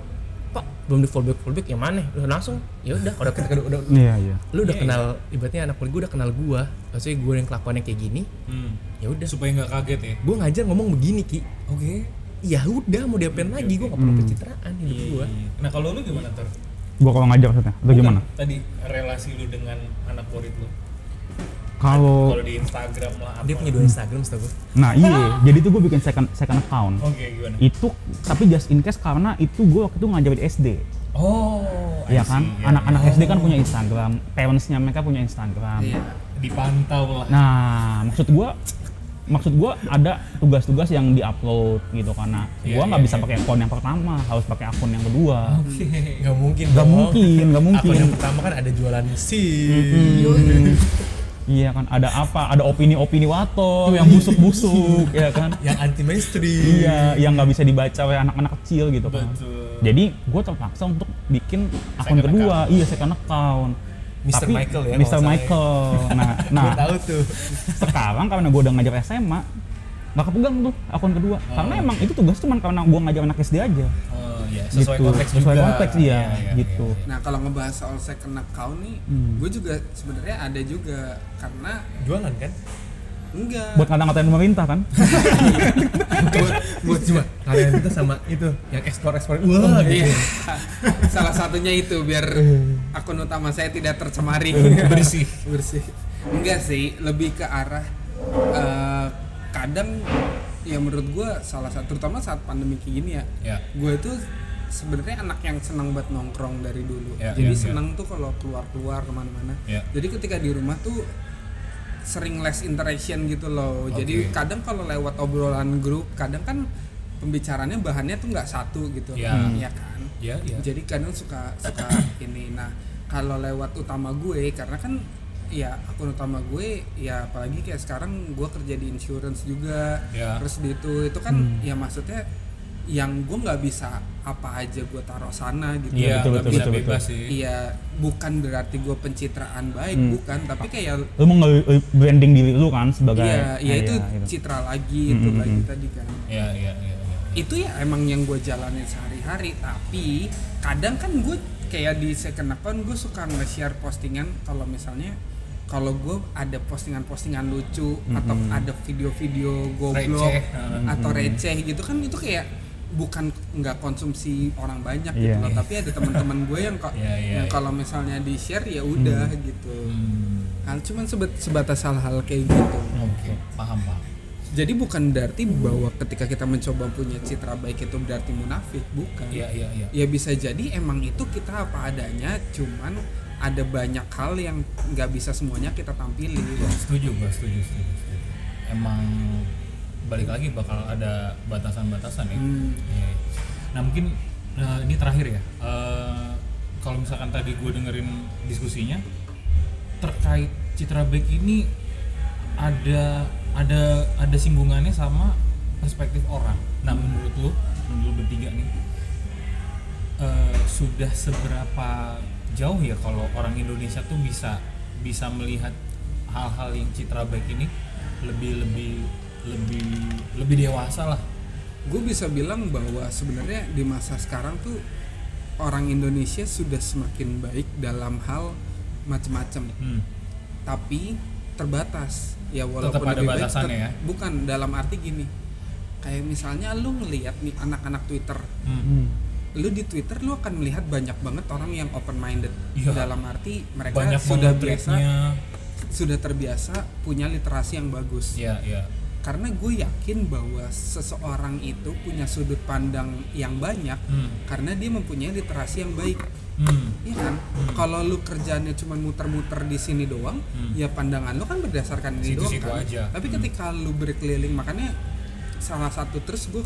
Speaker 3: pak belum di fallback fallback yang mana lu langsung ya udah kalau ketika udah, udah-
Speaker 4: iya iya
Speaker 3: lu udah
Speaker 1: Iya,
Speaker 3: kenal ibaratnya anak kuliah gue udah kenal gue maksudnya gue yang kelakuannya kayak gini
Speaker 1: Hmm.
Speaker 3: ya udah
Speaker 1: supaya nggak kaget ya
Speaker 3: gue ngajar ngomong begini ki
Speaker 1: oke
Speaker 3: ya udah mau diapain lagi gue gak perlu pencitraan hidup gue
Speaker 1: nah kalau lu gimana ter
Speaker 4: gua kalau ngajar maksudnya atau gimana
Speaker 1: tadi relasi lu dengan anak murid lu
Speaker 4: kalau Oh.
Speaker 1: kalau di Instagram lah apa
Speaker 3: dia punya dua Instagram setahu gue
Speaker 4: nah iya jadi itu gua bikin second second account
Speaker 1: oke gimana
Speaker 4: itu tapi just in case karena itu gua waktu itu ngajar di SD
Speaker 1: oh I
Speaker 4: ya kan
Speaker 1: see, iya.
Speaker 4: anak-anak SD kan punya Instagram parentsnya mereka punya Instagram
Speaker 2: Iya.
Speaker 1: dipantau lah
Speaker 4: nah maksud gua maksud gua ada tugas-tugas yang diupload gitu karena
Speaker 1: Iya,
Speaker 4: gua nggak
Speaker 1: iya,
Speaker 4: bisa
Speaker 1: iya. Oh.
Speaker 4: pakai akun yang pertama harus pakai akun yang kedua
Speaker 3: gak mungkin
Speaker 4: nggak
Speaker 3: dong.
Speaker 4: mungkin nggak
Speaker 3: akun
Speaker 4: mungkin
Speaker 3: yang pertama kan ada jualan sih
Speaker 4: Hmm. Iya kan, ada apa? Ada opini-opini Wato yang busuk-busuk, ya kan?
Speaker 3: yang anti mainstream
Speaker 4: Iya, yang nggak bisa dibaca oleh anak-anak kecil gitu kan.
Speaker 1: Betul.
Speaker 4: Jadi gue terpaksa untuk bikin akun
Speaker 1: Second
Speaker 4: kedua, iya second account.
Speaker 3: Mr. Michael ya,
Speaker 4: Mr.
Speaker 3: kalau
Speaker 4: Michael. Nah, nah
Speaker 3: gue tahu tuh
Speaker 4: sekarang karena gue udah ngajar SMA, nggak kepegang tuh akun kedua. Karena emang itu tugas cuman karena gue ngajar anak SD aja.
Speaker 1: oh ya sesuai
Speaker 4: gitu.
Speaker 1: konteks
Speaker 4: sesuai
Speaker 1: juga.
Speaker 4: konteks iya,
Speaker 1: Ya, ya,
Speaker 4: gitu.
Speaker 1: ya,
Speaker 2: Nah kalau ngebahas soal second account nih,
Speaker 4: Hmm.
Speaker 1: iya.
Speaker 2: gue juga sebenarnya ada juga karena
Speaker 3: jualan kan
Speaker 2: enggak
Speaker 4: buat ngata-ngatain pemerintah kan
Speaker 3: buat buat cuma kalian itu sama itu yang ekspor ekspor
Speaker 4: Oh,
Speaker 3: wah gitu.
Speaker 2: Iya. Salah satunya itu biar akun utama saya tidak tercemari
Speaker 1: Bersih.
Speaker 2: bersih. Enggak sih, lebih ke arah eh, kadang ya menurut gua salah satu terutama saat pandemi kayak gini ya.
Speaker 1: Ya.
Speaker 2: Gue itu sebenarnya anak yang senang buat nongkrong dari dulu.
Speaker 1: Ya,
Speaker 2: Jadi
Speaker 1: ya, ya.
Speaker 2: senang tuh kalau keluar-keluar kemana-mana.
Speaker 1: Ya.
Speaker 2: Jadi ketika di rumah tuh sering less interaction gitu loh. Jadi
Speaker 1: Oke.
Speaker 2: kadang kalau lewat obrolan grup, kadang kan pembicaranya bahannya tuh nggak satu gitu,
Speaker 1: Ya.
Speaker 2: ya kan?
Speaker 1: Ya,
Speaker 4: Iya,
Speaker 1: ya.
Speaker 2: Jadi kadang suka suka ini. Nah kalau lewat utama gue, karena kan ya akun utama gue ya apalagi kayak sekarang gue kerja di insurance juga
Speaker 1: Ya.
Speaker 2: terus di itu itu kan ya maksudnya yang gue nggak bisa apa aja gue taruh sana gitu
Speaker 1: Iya,
Speaker 4: betul,
Speaker 1: nggak
Speaker 4: betul,
Speaker 1: bisa
Speaker 4: betul,
Speaker 1: bebas sih.
Speaker 2: Iya, bukan berarti gue pencitraan baik,
Speaker 4: Hmm.
Speaker 2: bukan. Tapi kayak
Speaker 4: lu mau nge- branding diri lu kan sebagai
Speaker 2: iya, ya
Speaker 4: Ah,
Speaker 2: itu
Speaker 4: gitu.
Speaker 2: citra lagi itu
Speaker 4: Mm-mm.
Speaker 2: lagi tadi kan.
Speaker 1: Iya, iya, iya. iya.
Speaker 2: Itu ya emang yang gue jalanin sehari-hari. Tapi kadang kan gue kayak di second account gue suka nge-share postingan kalau misalnya kalau gue ada postingan-postingan lucu atau ada video-video goblok
Speaker 1: Mm-hmm. Receh, Mm-hmm. heeh.
Speaker 2: atau receh gitu kan itu kayak bukan nggak konsumsi orang banyak gitu
Speaker 4: Iya.
Speaker 2: loh tapi ada teman-teman gue yang kok
Speaker 1: Iya, iya, Mm-hmm.
Speaker 2: yang
Speaker 1: iya.
Speaker 2: kalau misalnya di share ya udah gitu
Speaker 1: Hmm,
Speaker 2: Hal cuman sebet- sebatas hal-hal kayak gitu.
Speaker 1: oke, paham, paham.
Speaker 2: Jadi bukan berarti bahwa ketika kita mencoba punya citra baik itu berarti munafik, bukan.
Speaker 1: Iya, iya, iya.
Speaker 2: Ya bisa jadi emang itu kita apa adanya, cuman ada banyak hal yang nggak bisa semuanya kita tampilin.
Speaker 1: Setuju gua, setuju, setuju, setuju. Emang balik lagi bakal ada batasan-batasan ya.
Speaker 2: Hmm.
Speaker 1: Iya, iya. Nah mungkin nah, ini terakhir ya. Eh, Kalau misalkan tadi gue dengerin diskusinya terkait citra baik ini ada ada ada singgungannya sama perspektif orang. Nah menurut lu, menurut lu bertiga nih eh, sudah seberapa jauh ya kalau orang Indonesia tuh bisa bisa melihat hal-hal yang citra baik ini lebih lebih lebih lebih dewasa lah.
Speaker 2: Gue bisa bilang bahwa sebenarnya di masa sekarang tuh orang Indonesia sudah semakin baik dalam hal macam-macam.
Speaker 1: Hmm.
Speaker 2: tapi terbatas ya
Speaker 1: Tetap
Speaker 2: walaupun
Speaker 1: ada
Speaker 2: lebih baik,
Speaker 1: batasannya
Speaker 2: tet-
Speaker 1: ya?
Speaker 2: bukan dalam arti gini kayak misalnya lu ngelihat nih anak-anak Twitter
Speaker 1: Hmm.
Speaker 4: Hmm.
Speaker 2: lu di Twitter lu akan melihat banyak banget orang yang open minded
Speaker 1: Iya.
Speaker 2: dalam arti mereka
Speaker 1: Banyak
Speaker 2: sudah
Speaker 1: banget
Speaker 2: biasa
Speaker 1: triknya.
Speaker 2: sudah terbiasa punya literasi yang bagus
Speaker 1: Iya, iya.
Speaker 2: karena gue yakin bahwa seseorang itu punya sudut pandang yang banyak
Speaker 1: Hmm.
Speaker 2: karena dia mempunyai literasi yang baik
Speaker 1: Hmm.
Speaker 2: Iya kan? Kalau lu kerjanya cuma muter-muter di sini doang,
Speaker 1: Hmm.
Speaker 2: ya pandangan lu kan berdasarkan ini doang
Speaker 1: Situ-situ
Speaker 2: kan.
Speaker 1: aja. Hmm.
Speaker 2: Tapi ketika lu berkeliling, makanya salah satu terus gue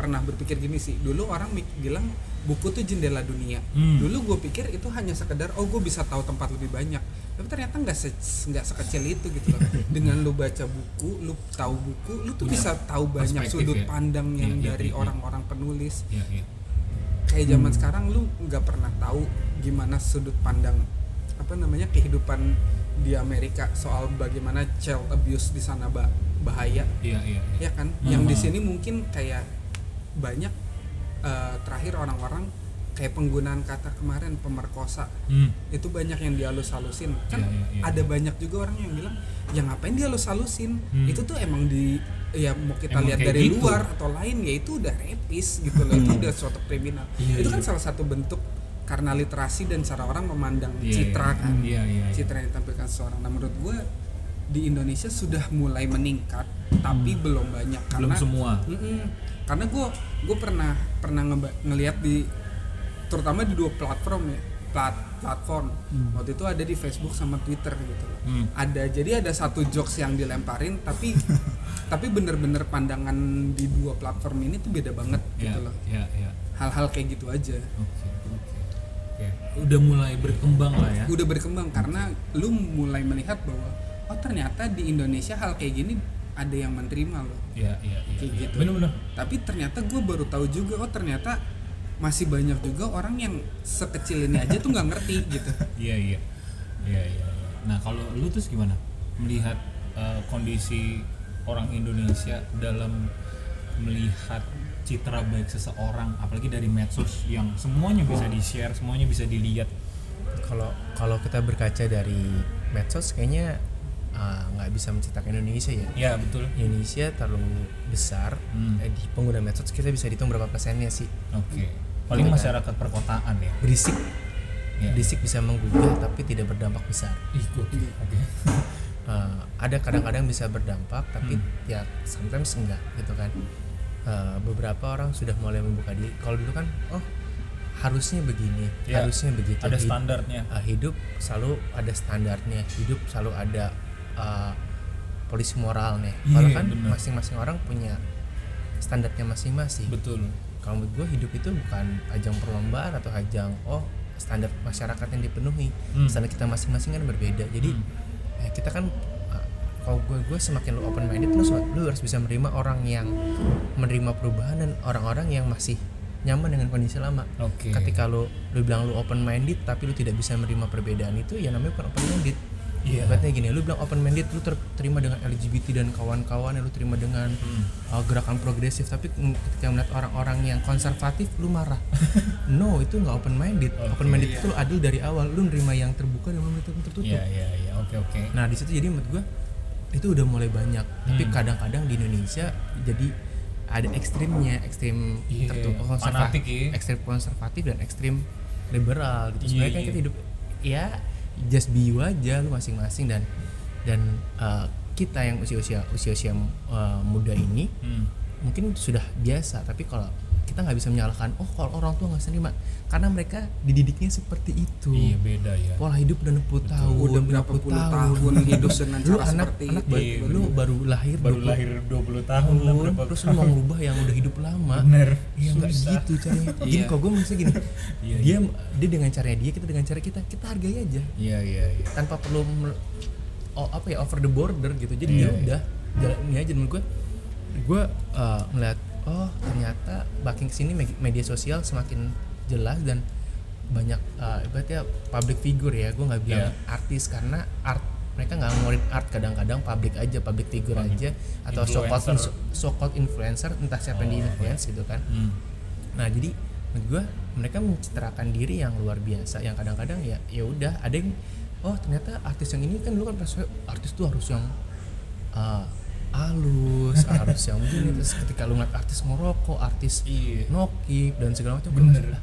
Speaker 2: pernah berpikir gini sih. Dulu orang mik- bilang buku tuh jendela dunia.
Speaker 1: Hmm.
Speaker 2: Dulu gue pikir itu hanya sekedar oh gue bisa tahu tempat lebih banyak. Tapi ternyata nggak se- nggak sekecil itu gitu loh. Dengan lu baca buku, lu tahu buku, lu tuh
Speaker 1: Punya
Speaker 2: bisa tahu
Speaker 1: Iya.
Speaker 2: banyak
Speaker 1: perspektif
Speaker 2: sudut
Speaker 1: ya.
Speaker 2: pandang yang
Speaker 1: Iya, iya,
Speaker 2: dari
Speaker 1: iya, iya.
Speaker 2: orang-orang penulis
Speaker 1: Iya, iya.
Speaker 2: kayak zaman sekarang lu nggak pernah tahu gimana sudut pandang apa namanya kehidupan di Amerika soal bagaimana child abuse di sana ba- bahaya
Speaker 1: Iya, iya. iya.
Speaker 2: ya kan yang di
Speaker 1: Mhm.
Speaker 2: sini mungkin kayak banyak eh, terakhir orang-orang kayak penggunaan kata kemarin pemerkosa
Speaker 1: Hmm.
Speaker 2: itu banyak yang dihalus-halusin kan
Speaker 1: Iya, iya, iya.
Speaker 2: ada banyak juga orang yang bilang ya ngapain dihalus-halusin
Speaker 1: Hmm.
Speaker 2: itu tuh emang di ya mau kita
Speaker 1: Emang
Speaker 2: lihat
Speaker 1: kayak
Speaker 2: dari
Speaker 1: gitu. Hmm.
Speaker 2: luar atau lain ya itu udah repis gitu loh itu udah suatu kriminal
Speaker 1: Iya,
Speaker 2: itu kan
Speaker 1: iya.
Speaker 2: salah satu bentuk karena literasi dan cara orang memandang
Speaker 1: Iya,
Speaker 2: citra
Speaker 1: iya.
Speaker 2: kan
Speaker 1: Iya, iya, iya.
Speaker 2: citra yang ditampilkan seseorang nah menurut gue di Indonesia sudah mulai meningkat tapi belum banyak
Speaker 1: Hmm. Belum
Speaker 2: karena
Speaker 1: semua.
Speaker 2: Mm-mm. Karena gue gue pernah pernah ngeba- ngelihat di terutama di dua platform ya plat- platform waktu itu ada di Facebook sama Twitter gitu. loh.
Speaker 1: Hmm.
Speaker 2: Ada jadi ada satu jokes yang dilemparin tapi tapi bener-bener pandangan di dua platform ini tuh beda banget
Speaker 1: Iya,
Speaker 2: gitu loh.
Speaker 1: iya, iya.
Speaker 2: Hal-hal kayak gitu aja.
Speaker 1: Oke, oke. Oke. Udah mulai berkembang lah ya.
Speaker 2: Udah berkembang karena lu mulai melihat bahwa oh ternyata di Indonesia hal kayak gini ada yang menerima loh.
Speaker 1: Iya, iya, iya.
Speaker 2: Kayak
Speaker 1: iya.
Speaker 2: gitu.
Speaker 1: Bener-bener.
Speaker 2: tapi ternyata gue baru tahu juga oh ternyata masih banyak juga orang yang sekecil ini aja tuh nggak ngerti gitu
Speaker 1: Iya iya iya iya. iya. Nah kalau lu terus gimana melihat eh, kondisi orang Indonesia dalam melihat citra baik seseorang, apalagi dari medsos yang semuanya bisa di share, semuanya bisa dilihat.
Speaker 3: kalau kalau kita berkaca dari medsos kayaknya ah, nggak bisa mencetak Indonesia ya
Speaker 1: ya betul
Speaker 3: Indonesia terlalu besar
Speaker 1: Hmm.
Speaker 3: eh, di pengguna medsos kita bisa hitung berapa persennya sih
Speaker 1: oke paling
Speaker 3: Iya.
Speaker 1: masyarakat perkotaan ya
Speaker 3: berisik
Speaker 1: Ya.
Speaker 3: berisik bisa menggugah tapi tidak berdampak besar
Speaker 1: ikut oke
Speaker 3: Eh, ada kadang-kadang bisa berdampak
Speaker 1: Hmm.
Speaker 3: tapi ya sometimes enggak gitu kan Eh, beberapa orang sudah mulai membuka diri kalau dulu kan oh harusnya begini
Speaker 1: Ya,
Speaker 3: harusnya begitu
Speaker 1: ada
Speaker 3: Hid-
Speaker 1: standarnya
Speaker 3: eh, hidup selalu ada standarnya hidup selalu ada eh, polisi moralnya kalau
Speaker 1: Iya,
Speaker 3: kan
Speaker 1: benar.
Speaker 3: masing-masing orang punya standarnya masing-masing
Speaker 1: betul
Speaker 3: kalau menurut gue hidup itu bukan ajang perlombaan atau ajang oh standar masyarakat yang dipenuhi
Speaker 1: Hmm.
Speaker 3: standar kita masing-masing kan berbeda jadi eh, kita kan eh, kalau gue gue semakin lu open minded lu, semak- lu harus bisa menerima orang yang menerima perubahan dan orang-orang yang masih nyaman dengan kondisi lama
Speaker 1: oke
Speaker 3: ketika lu lu bilang lu open minded tapi lu tidak bisa menerima perbedaan itu ya namanya bukan open minded
Speaker 1: Iya.
Speaker 3: Ibaratnya gini, lu bilang open minded, lu terima dengan LGBT dan kawan-kawan, ya lu terima dengan
Speaker 1: Hmm.
Speaker 3: uh, gerakan progresif, tapi mm, ketika melihat orang-orang yang konservatif, lu marah. no, itu nggak open minded. Open minded
Speaker 1: iya.
Speaker 3: itu lu adil dari awal, lu nerima yang terbuka dan lu nerima yang tertutup.
Speaker 1: ya ya ya oke oke
Speaker 3: Nah di situ jadi menurut gue itu udah mulai banyak. Tapi
Speaker 1: Hmm.
Speaker 3: kadang-kadang di Indonesia jadi ada ekstrimnya, ekstrim
Speaker 1: Iya,
Speaker 3: tertutup
Speaker 1: fanatik ya.
Speaker 3: ekstrim konservatif dan ekstrim liberal gitu.
Speaker 1: Iya,
Speaker 3: Sebenarnya kan
Speaker 1: iya.
Speaker 3: kita hidup ya just be you aja lu masing-masing dan dan eh, kita yang usia-usia usia-usia eh, muda ini
Speaker 1: Hmm.
Speaker 3: mungkin sudah biasa tapi kalau kita nggak bisa menyalahkan oh kalau orang tua nggak terima karena mereka dididiknya seperti itu
Speaker 1: iya beda ya
Speaker 3: pola hidup udah 60 tahun,
Speaker 2: Udah berapa
Speaker 3: 50
Speaker 2: puluh tahun hidup dengan
Speaker 3: lu
Speaker 2: cara
Speaker 3: anak,
Speaker 2: seperti
Speaker 3: anak
Speaker 2: itu.
Speaker 3: baru,
Speaker 1: Iya,
Speaker 3: lu baru lahir
Speaker 1: baru
Speaker 3: 20
Speaker 1: lahir 20 tahun lah
Speaker 3: tahun,
Speaker 1: berapa
Speaker 3: terus lu mau ngubah yang udah hidup lama
Speaker 1: Bener.
Speaker 3: ya nggak
Speaker 1: Susah.
Speaker 3: gitu caranya jadi
Speaker 2: Iya.
Speaker 3: kalau gue maksudnya gini
Speaker 1: Iya,
Speaker 3: dia dia dengan caranya dia kita dengan cara kita kita hargai aja
Speaker 1: iya iya iya
Speaker 3: tanpa perlu mel- o- apa ya over the border gitu jadi
Speaker 1: Iya,
Speaker 3: ya udah jalanin aja menurut gue gue eh, ngeliat oh ternyata makin kesini me- media sosial semakin jelas dan banyak eh, ibaratnya public figure ya gue nggak bilang
Speaker 1: Iya.
Speaker 3: artis karena art mereka nggak ngurin art kadang-kadang public aja public figure aja atau so called
Speaker 1: Influencer. Oh, iya.
Speaker 3: so called influencer entah siapa yang di influence gitu kan
Speaker 1: Hmm.
Speaker 3: Nah jadi menurut gue mereka mencitrakan diri yang luar biasa yang kadang-kadang ya ya udah ada yang oh ternyata artis yang ini kan dulu kan pas artis tuh harus yang uh, halus harus yang begini terus ketika lu ngeliat artis ngerokok artis
Speaker 1: Iya.
Speaker 3: nokip dan segala macam
Speaker 1: Bener.
Speaker 3: gua langsung, "Lah,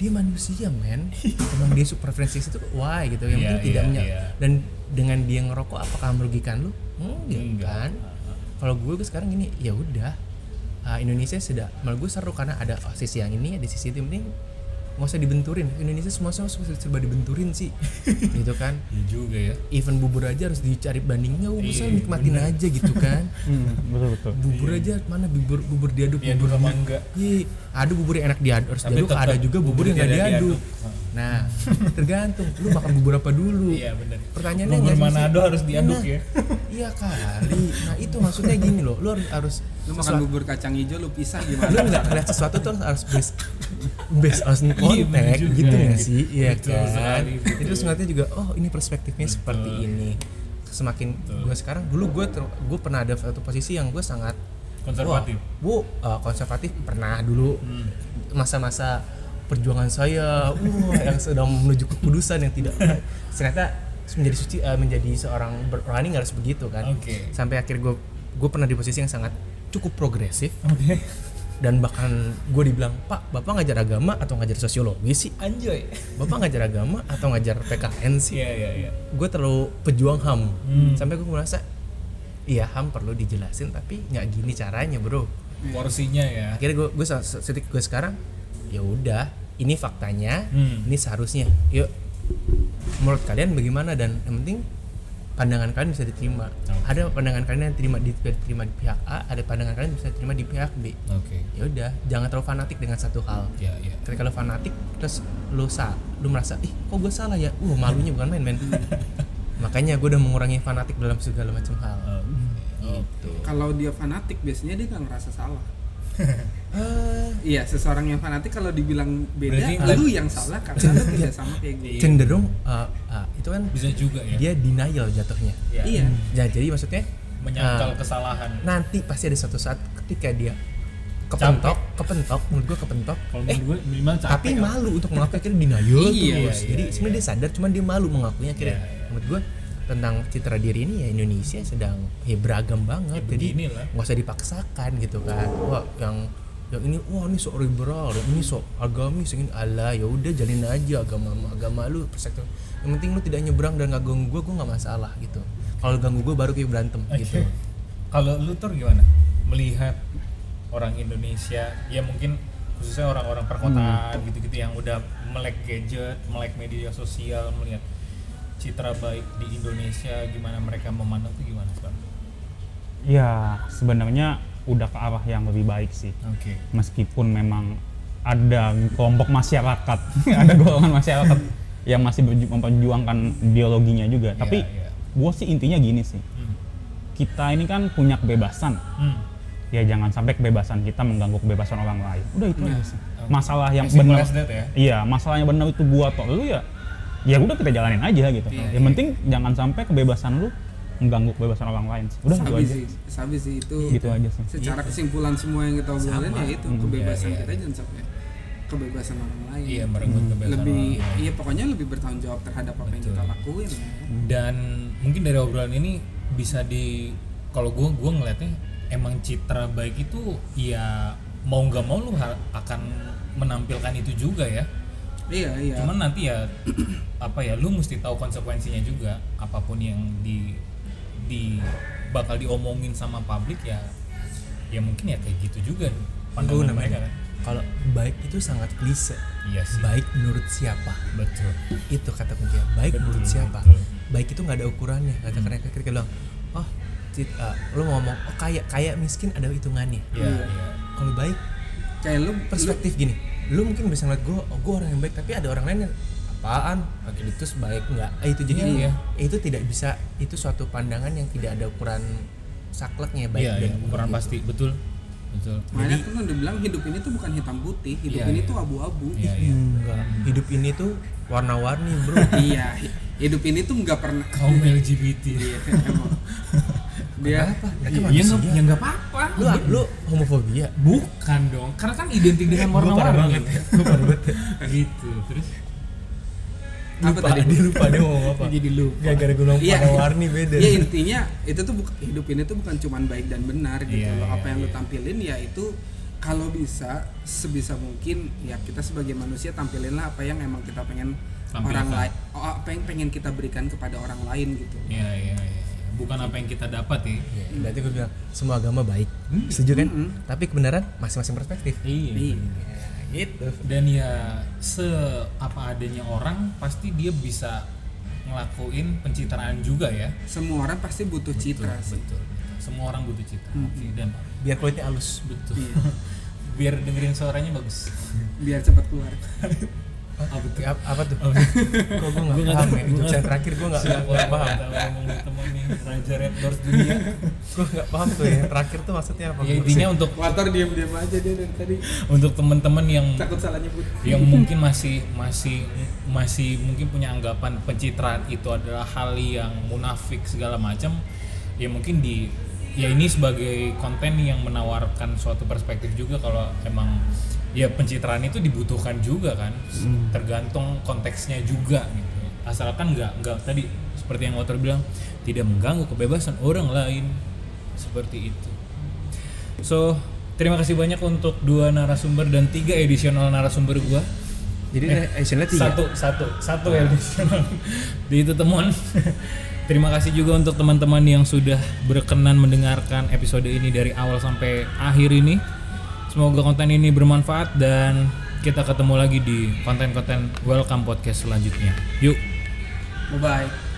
Speaker 3: dia manusia men emang dia super preferensi itu why gitu yang
Speaker 1: Iya,
Speaker 3: penting tidak
Speaker 1: iya,
Speaker 3: menya-
Speaker 1: iya.
Speaker 3: dan dengan dia ngerokok apakah merugikan lu enggak,
Speaker 1: Enggak.
Speaker 3: kan kalau gue gue sekarang gini ya udah ah, Indonesia sudah malah gue seru karena ada oh, sisi yang ini ada sisi itu yang penting nggak usah dibenturin Indonesia semua semua serba serba dibenturin sih gitu kan
Speaker 1: Iya juga ya
Speaker 3: even bubur aja harus dicari bandingnya Oh, bisa
Speaker 1: Iya,
Speaker 3: nikmatin
Speaker 1: bener.
Speaker 3: aja gitu kan
Speaker 4: Hmm, betul betul.
Speaker 3: bubur aja mana bubur bubur diaduk
Speaker 1: Diaduk
Speaker 3: bubur
Speaker 1: sama
Speaker 3: enak.
Speaker 1: Iya. enggak.
Speaker 3: Iya, ada bubur yang enak diaduk harus
Speaker 1: Tapi
Speaker 3: diaduk
Speaker 1: tetap
Speaker 3: ada juga bubur yang nggak
Speaker 1: tidak
Speaker 3: diaduk.
Speaker 1: diaduk.
Speaker 3: nah tergantung lu makan bubur apa dulu
Speaker 1: iya benar
Speaker 3: pertanyaannya
Speaker 1: bubur
Speaker 3: nggak sih?
Speaker 1: Manado harus diaduk
Speaker 3: Nah,
Speaker 1: ya
Speaker 3: iya kali nah itu maksudnya gini loh lu harus harus
Speaker 2: lu makan
Speaker 3: sesuatu-
Speaker 2: bubur kacang hijau lu pisah
Speaker 3: lu
Speaker 2: gimana
Speaker 3: nggak ngeliat sesuatu tuh harus based based on
Speaker 1: Iya, bener
Speaker 3: contact
Speaker 1: juga.
Speaker 3: gitu nggak sih iya
Speaker 1: Betul
Speaker 3: kan
Speaker 1: sekali, betul.
Speaker 3: itu sebenarnya juga oh ini perspektifnya seperti ini semakin gue sekarang dulu gue gue pernah ada satu posisi yang gue sangat
Speaker 1: Konservatif.
Speaker 3: wah, bu eh, konservatif pernah dulu
Speaker 1: Hmm.
Speaker 3: masa-masa perjuangan saya wah, yang sedang menuju kekudusan yang tidak ternyata menjadi suci eh, menjadi seorang berani harus begitu kan
Speaker 1: Oke.
Speaker 3: sampai akhir gue gue pernah di posisi yang sangat cukup progresif
Speaker 1: oke
Speaker 3: dan bahkan gue dibilang pak bapak ngajar agama atau ngajar sosiologi sih
Speaker 1: anjoy
Speaker 3: bapak ngajar agama atau ngajar PKN sih
Speaker 1: iya Hmm. iya iya
Speaker 3: gue terlalu pejuang ham sampai gue merasa iya ham perlu dijelasin tapi nggak gini caranya bro
Speaker 2: Iya.
Speaker 1: porsinya ya
Speaker 3: akhirnya gue gue sa- sa- titik gue sekarang ya udah ini faktanya
Speaker 1: Hmm.
Speaker 3: ini seharusnya yuk menurut kalian bagaimana dan yang penting pandangan kalian bisa diterima ada pandangan kalian yang terima diterima di pihak A ada pandangan kalian bisa diterima di pihak B
Speaker 1: oke
Speaker 3: ya udah jangan terlalu fanatik dengan satu hal
Speaker 1: iya iya
Speaker 3: ketika lo fanatik terus lo sa lo merasa ih kok gue salah ya uh malunya bukan main men makanya gue udah mengurangi fanatik dalam segala macam hal
Speaker 1: Oh. oke
Speaker 2: kalau dia fanatik biasanya dia nggak ngerasa salah
Speaker 3: Eh,
Speaker 2: iya seseorang yang fanatik kalau dibilang beda
Speaker 1: Berarti
Speaker 2: lu yang salah karena lu tidak sama kayak gue
Speaker 3: cenderung eh, eh, itu kan
Speaker 1: bisa juga ya
Speaker 3: dia denial jatuhnya
Speaker 1: Iya.
Speaker 2: iya
Speaker 3: Ya, jadi maksudnya
Speaker 1: menyangkal
Speaker 3: eh,
Speaker 1: kesalahan
Speaker 3: nanti pasti ada suatu saat ketika dia kepentok kepentok menurut gue kepentok
Speaker 1: kalau
Speaker 3: eh
Speaker 1: menurut gue minimal capek
Speaker 3: tapi malu untuk mengakui akhirnya denial
Speaker 2: Iya,
Speaker 3: terus
Speaker 1: iya,
Speaker 3: jadi
Speaker 1: iya.
Speaker 3: sebenarnya dia sadar cuman dia malu mengakuinya akhirnya
Speaker 1: Iya, iya.
Speaker 3: menurut gue tentang citra diri ini ya Indonesia sedang ya beragam banget
Speaker 1: Ya,
Speaker 3: jadi
Speaker 1: beginilah.
Speaker 3: nggak usah dipaksakan gitu kan wah yang yang ini wah ini sok liberal yang ini sok agamis yang ini ala ya udah jalin aja agama agama lu persektor yang penting lu tidak nyebrang dan nggak ganggu gua gua nggak masalah gitu kalau lu ganggu gua baru kayak berantem gitu
Speaker 1: Oke. Kalau lu tuh gimana? Melihat orang Indonesia, ya mungkin khususnya orang-orang perkotaan gitu-gitu yang udah melek gadget, melek media sosial, melihat citra baik di Indonesia, gimana mereka memandang tuh gimana Bang?
Speaker 4: ya sebenarnya udah ke arah yang lebih baik sih
Speaker 1: Oke.
Speaker 4: meskipun memang ada kelompok masyarakat ada golongan masyarakat yang masih berju- memperjuangkan ideologinya juga tapi
Speaker 1: iya.
Speaker 4: gue sih intinya gini sih
Speaker 1: Hmm.
Speaker 4: kita ini kan punya kebebasan
Speaker 1: Hmm.
Speaker 4: ya jangan sampai kebebasan kita mengganggu kebebasan orang lain udah itu aja sih masalah yang
Speaker 1: As simple
Speaker 4: benar
Speaker 1: as that ya?
Speaker 4: iya masalah yang benar itu gua atau lu ya ya udah kita jalanin aja gitu yang penting jangan sampai kebebasan lu mengganggu kebebasan orang lain sih. udah gitu
Speaker 2: sabi
Speaker 4: aja
Speaker 2: sih sabi sih itu
Speaker 4: gitu aja sih
Speaker 2: secara kesimpulan semua yang kita obrolin ya itu kebebasan
Speaker 1: Iya, iya.
Speaker 2: kita jangan sampai kebebasan orang lain
Speaker 1: Iya, merenggut kebebasan
Speaker 2: lebih
Speaker 1: orang lain.
Speaker 2: iya pokoknya lebih bertanggung jawab terhadap apa yang kita lakuin ya.
Speaker 1: dan mungkin dari obrolan ini bisa di kalau gue gue ngelihatnya emang citra baik itu ya mau nggak mau lu ha- akan menampilkan itu juga ya
Speaker 2: iya iya
Speaker 1: cuman nanti ya apa ya lu mesti tahu konsekuensinya juga apapun yang di di bakal diomongin sama publik ya ya mungkin ya kayak gitu juga
Speaker 3: Gua
Speaker 1: pandangan mereka
Speaker 3: namanya
Speaker 1: kan
Speaker 3: kalau baik itu sangat klise
Speaker 1: iya sih
Speaker 3: baik menurut siapa
Speaker 1: betul
Speaker 3: itu kata kuncinya baik
Speaker 1: Betul,
Speaker 3: menurut siapa
Speaker 1: betul. Hmm.
Speaker 3: baik itu nggak ada ukurannya kata keren ketika bilang oh cit, eh, lu mau ngomong oh kaya kaya miskin ada hitungannya
Speaker 1: ya, ya.
Speaker 3: kalau baik
Speaker 2: kayak lu lu
Speaker 3: perspektif gini lu mungkin bisa ngeliat gue oh gue orang yang baik tapi ada orang lain yang apaan pakai ditus baik nggak Eh, itu jadi
Speaker 1: Iya, iya.
Speaker 3: itu tidak bisa itu suatu pandangan yang tidak ada ukuran sakleknya baik
Speaker 1: Iya,
Speaker 3: dan Iya,
Speaker 1: iya, ukuran
Speaker 3: buruk
Speaker 1: pasti betul betul
Speaker 2: makanya kan udah bilang hidup ini tuh bukan hitam putih hidup
Speaker 1: Iya,
Speaker 2: ini
Speaker 1: iya.
Speaker 2: tuh abu-abu
Speaker 1: Iya,
Speaker 3: gitu.
Speaker 1: iya.
Speaker 3: Enggak. hidup ini tuh warna-warni bro
Speaker 2: iya hi- hidup ini tuh nggak pernah
Speaker 1: kaum LGBT
Speaker 3: Ya,
Speaker 2: iya emang dia
Speaker 3: apa
Speaker 1: ya
Speaker 3: mereka manusia
Speaker 1: nggak ya nggak apa-apa
Speaker 3: lu lu ya? homofobia
Speaker 1: bukan dong karena kan identik dengan warna-warni
Speaker 3: banget ya. Gua parah banget ya.
Speaker 1: gitu terus
Speaker 2: apa
Speaker 3: lupa
Speaker 2: tadi
Speaker 3: dia lupa dia mau ngomong apa
Speaker 1: jadi lupa
Speaker 3: gara-gara gue ngomong
Speaker 2: Iya.
Speaker 3: warna warni beda
Speaker 2: ya intinya itu tuh buka- hidup ini tuh bukan cuman baik dan benar gitu
Speaker 1: Iya,
Speaker 2: loh
Speaker 1: iya,
Speaker 2: apa yang lu tampilin ya itu kalau bisa sebisa mungkin ya kita sebagai manusia tampilinlah apa yang emang kita pengen
Speaker 1: Tampilkan.
Speaker 2: orang lain oh, apa yang pengen kita berikan kepada orang lain gitu
Speaker 1: ya ya ya bukan apa yang kita dapat ya
Speaker 3: Iya, berarti gue bilang semua agama baik
Speaker 1: Hmm.
Speaker 3: setuju kan tapi kebenaran masing-masing perspektif
Speaker 1: iya
Speaker 3: gitu
Speaker 1: dan ya se apa adanya orang pasti dia bisa ngelakuin pencitraan juga ya
Speaker 2: semua orang pasti butuh citra sih
Speaker 1: betul, betul. semua orang butuh citra sih, dan
Speaker 3: biar kulitnya halus
Speaker 1: betul biar dengerin suaranya bagus Ah,
Speaker 2: biar cepat keluar
Speaker 3: apa tuh Gitu, apa, tuh
Speaker 1: Oh, iya.
Speaker 3: kok gue nggak paham ya itu yang terakhir gue nggak nggak- nggak paham
Speaker 1: ngomong temen nih Raja Red Doors dunia
Speaker 3: gue nggak paham tuh ya, yang terakhir tuh maksudnya apa
Speaker 1: ya intinya untuk
Speaker 2: Watar diam-diam aja dia dari tadi
Speaker 1: untuk teman-teman yang
Speaker 2: takut salah nyebut
Speaker 1: yang mungkin masih masih masih mungkin punya anggapan pencitraan itu adalah hal yang munafik segala macam ya mungkin di ya ini sebagai konten yang menawarkan suatu perspektif juga kalau emang ya pencitraan itu dibutuhkan juga kan tergantung konteksnya juga gitu asalkan nggak nggak tadi seperti yang Walter bilang tidak mengganggu kebebasan orang lain seperti itu So, terima kasih banyak untuk dua narasumber dan tiga edisional narasumber gua. Eh,
Speaker 3: jadi actionnya tiga
Speaker 1: Satu, satu, satu edisional di itu temuan. terima kasih juga untuk teman-teman yang sudah berkenan mendengarkan episode ini dari awal sampai akhir ini. Semoga konten ini bermanfaat dan kita ketemu lagi di konten-konten Welcome Podcast selanjutnya. Yuk.
Speaker 2: bye bye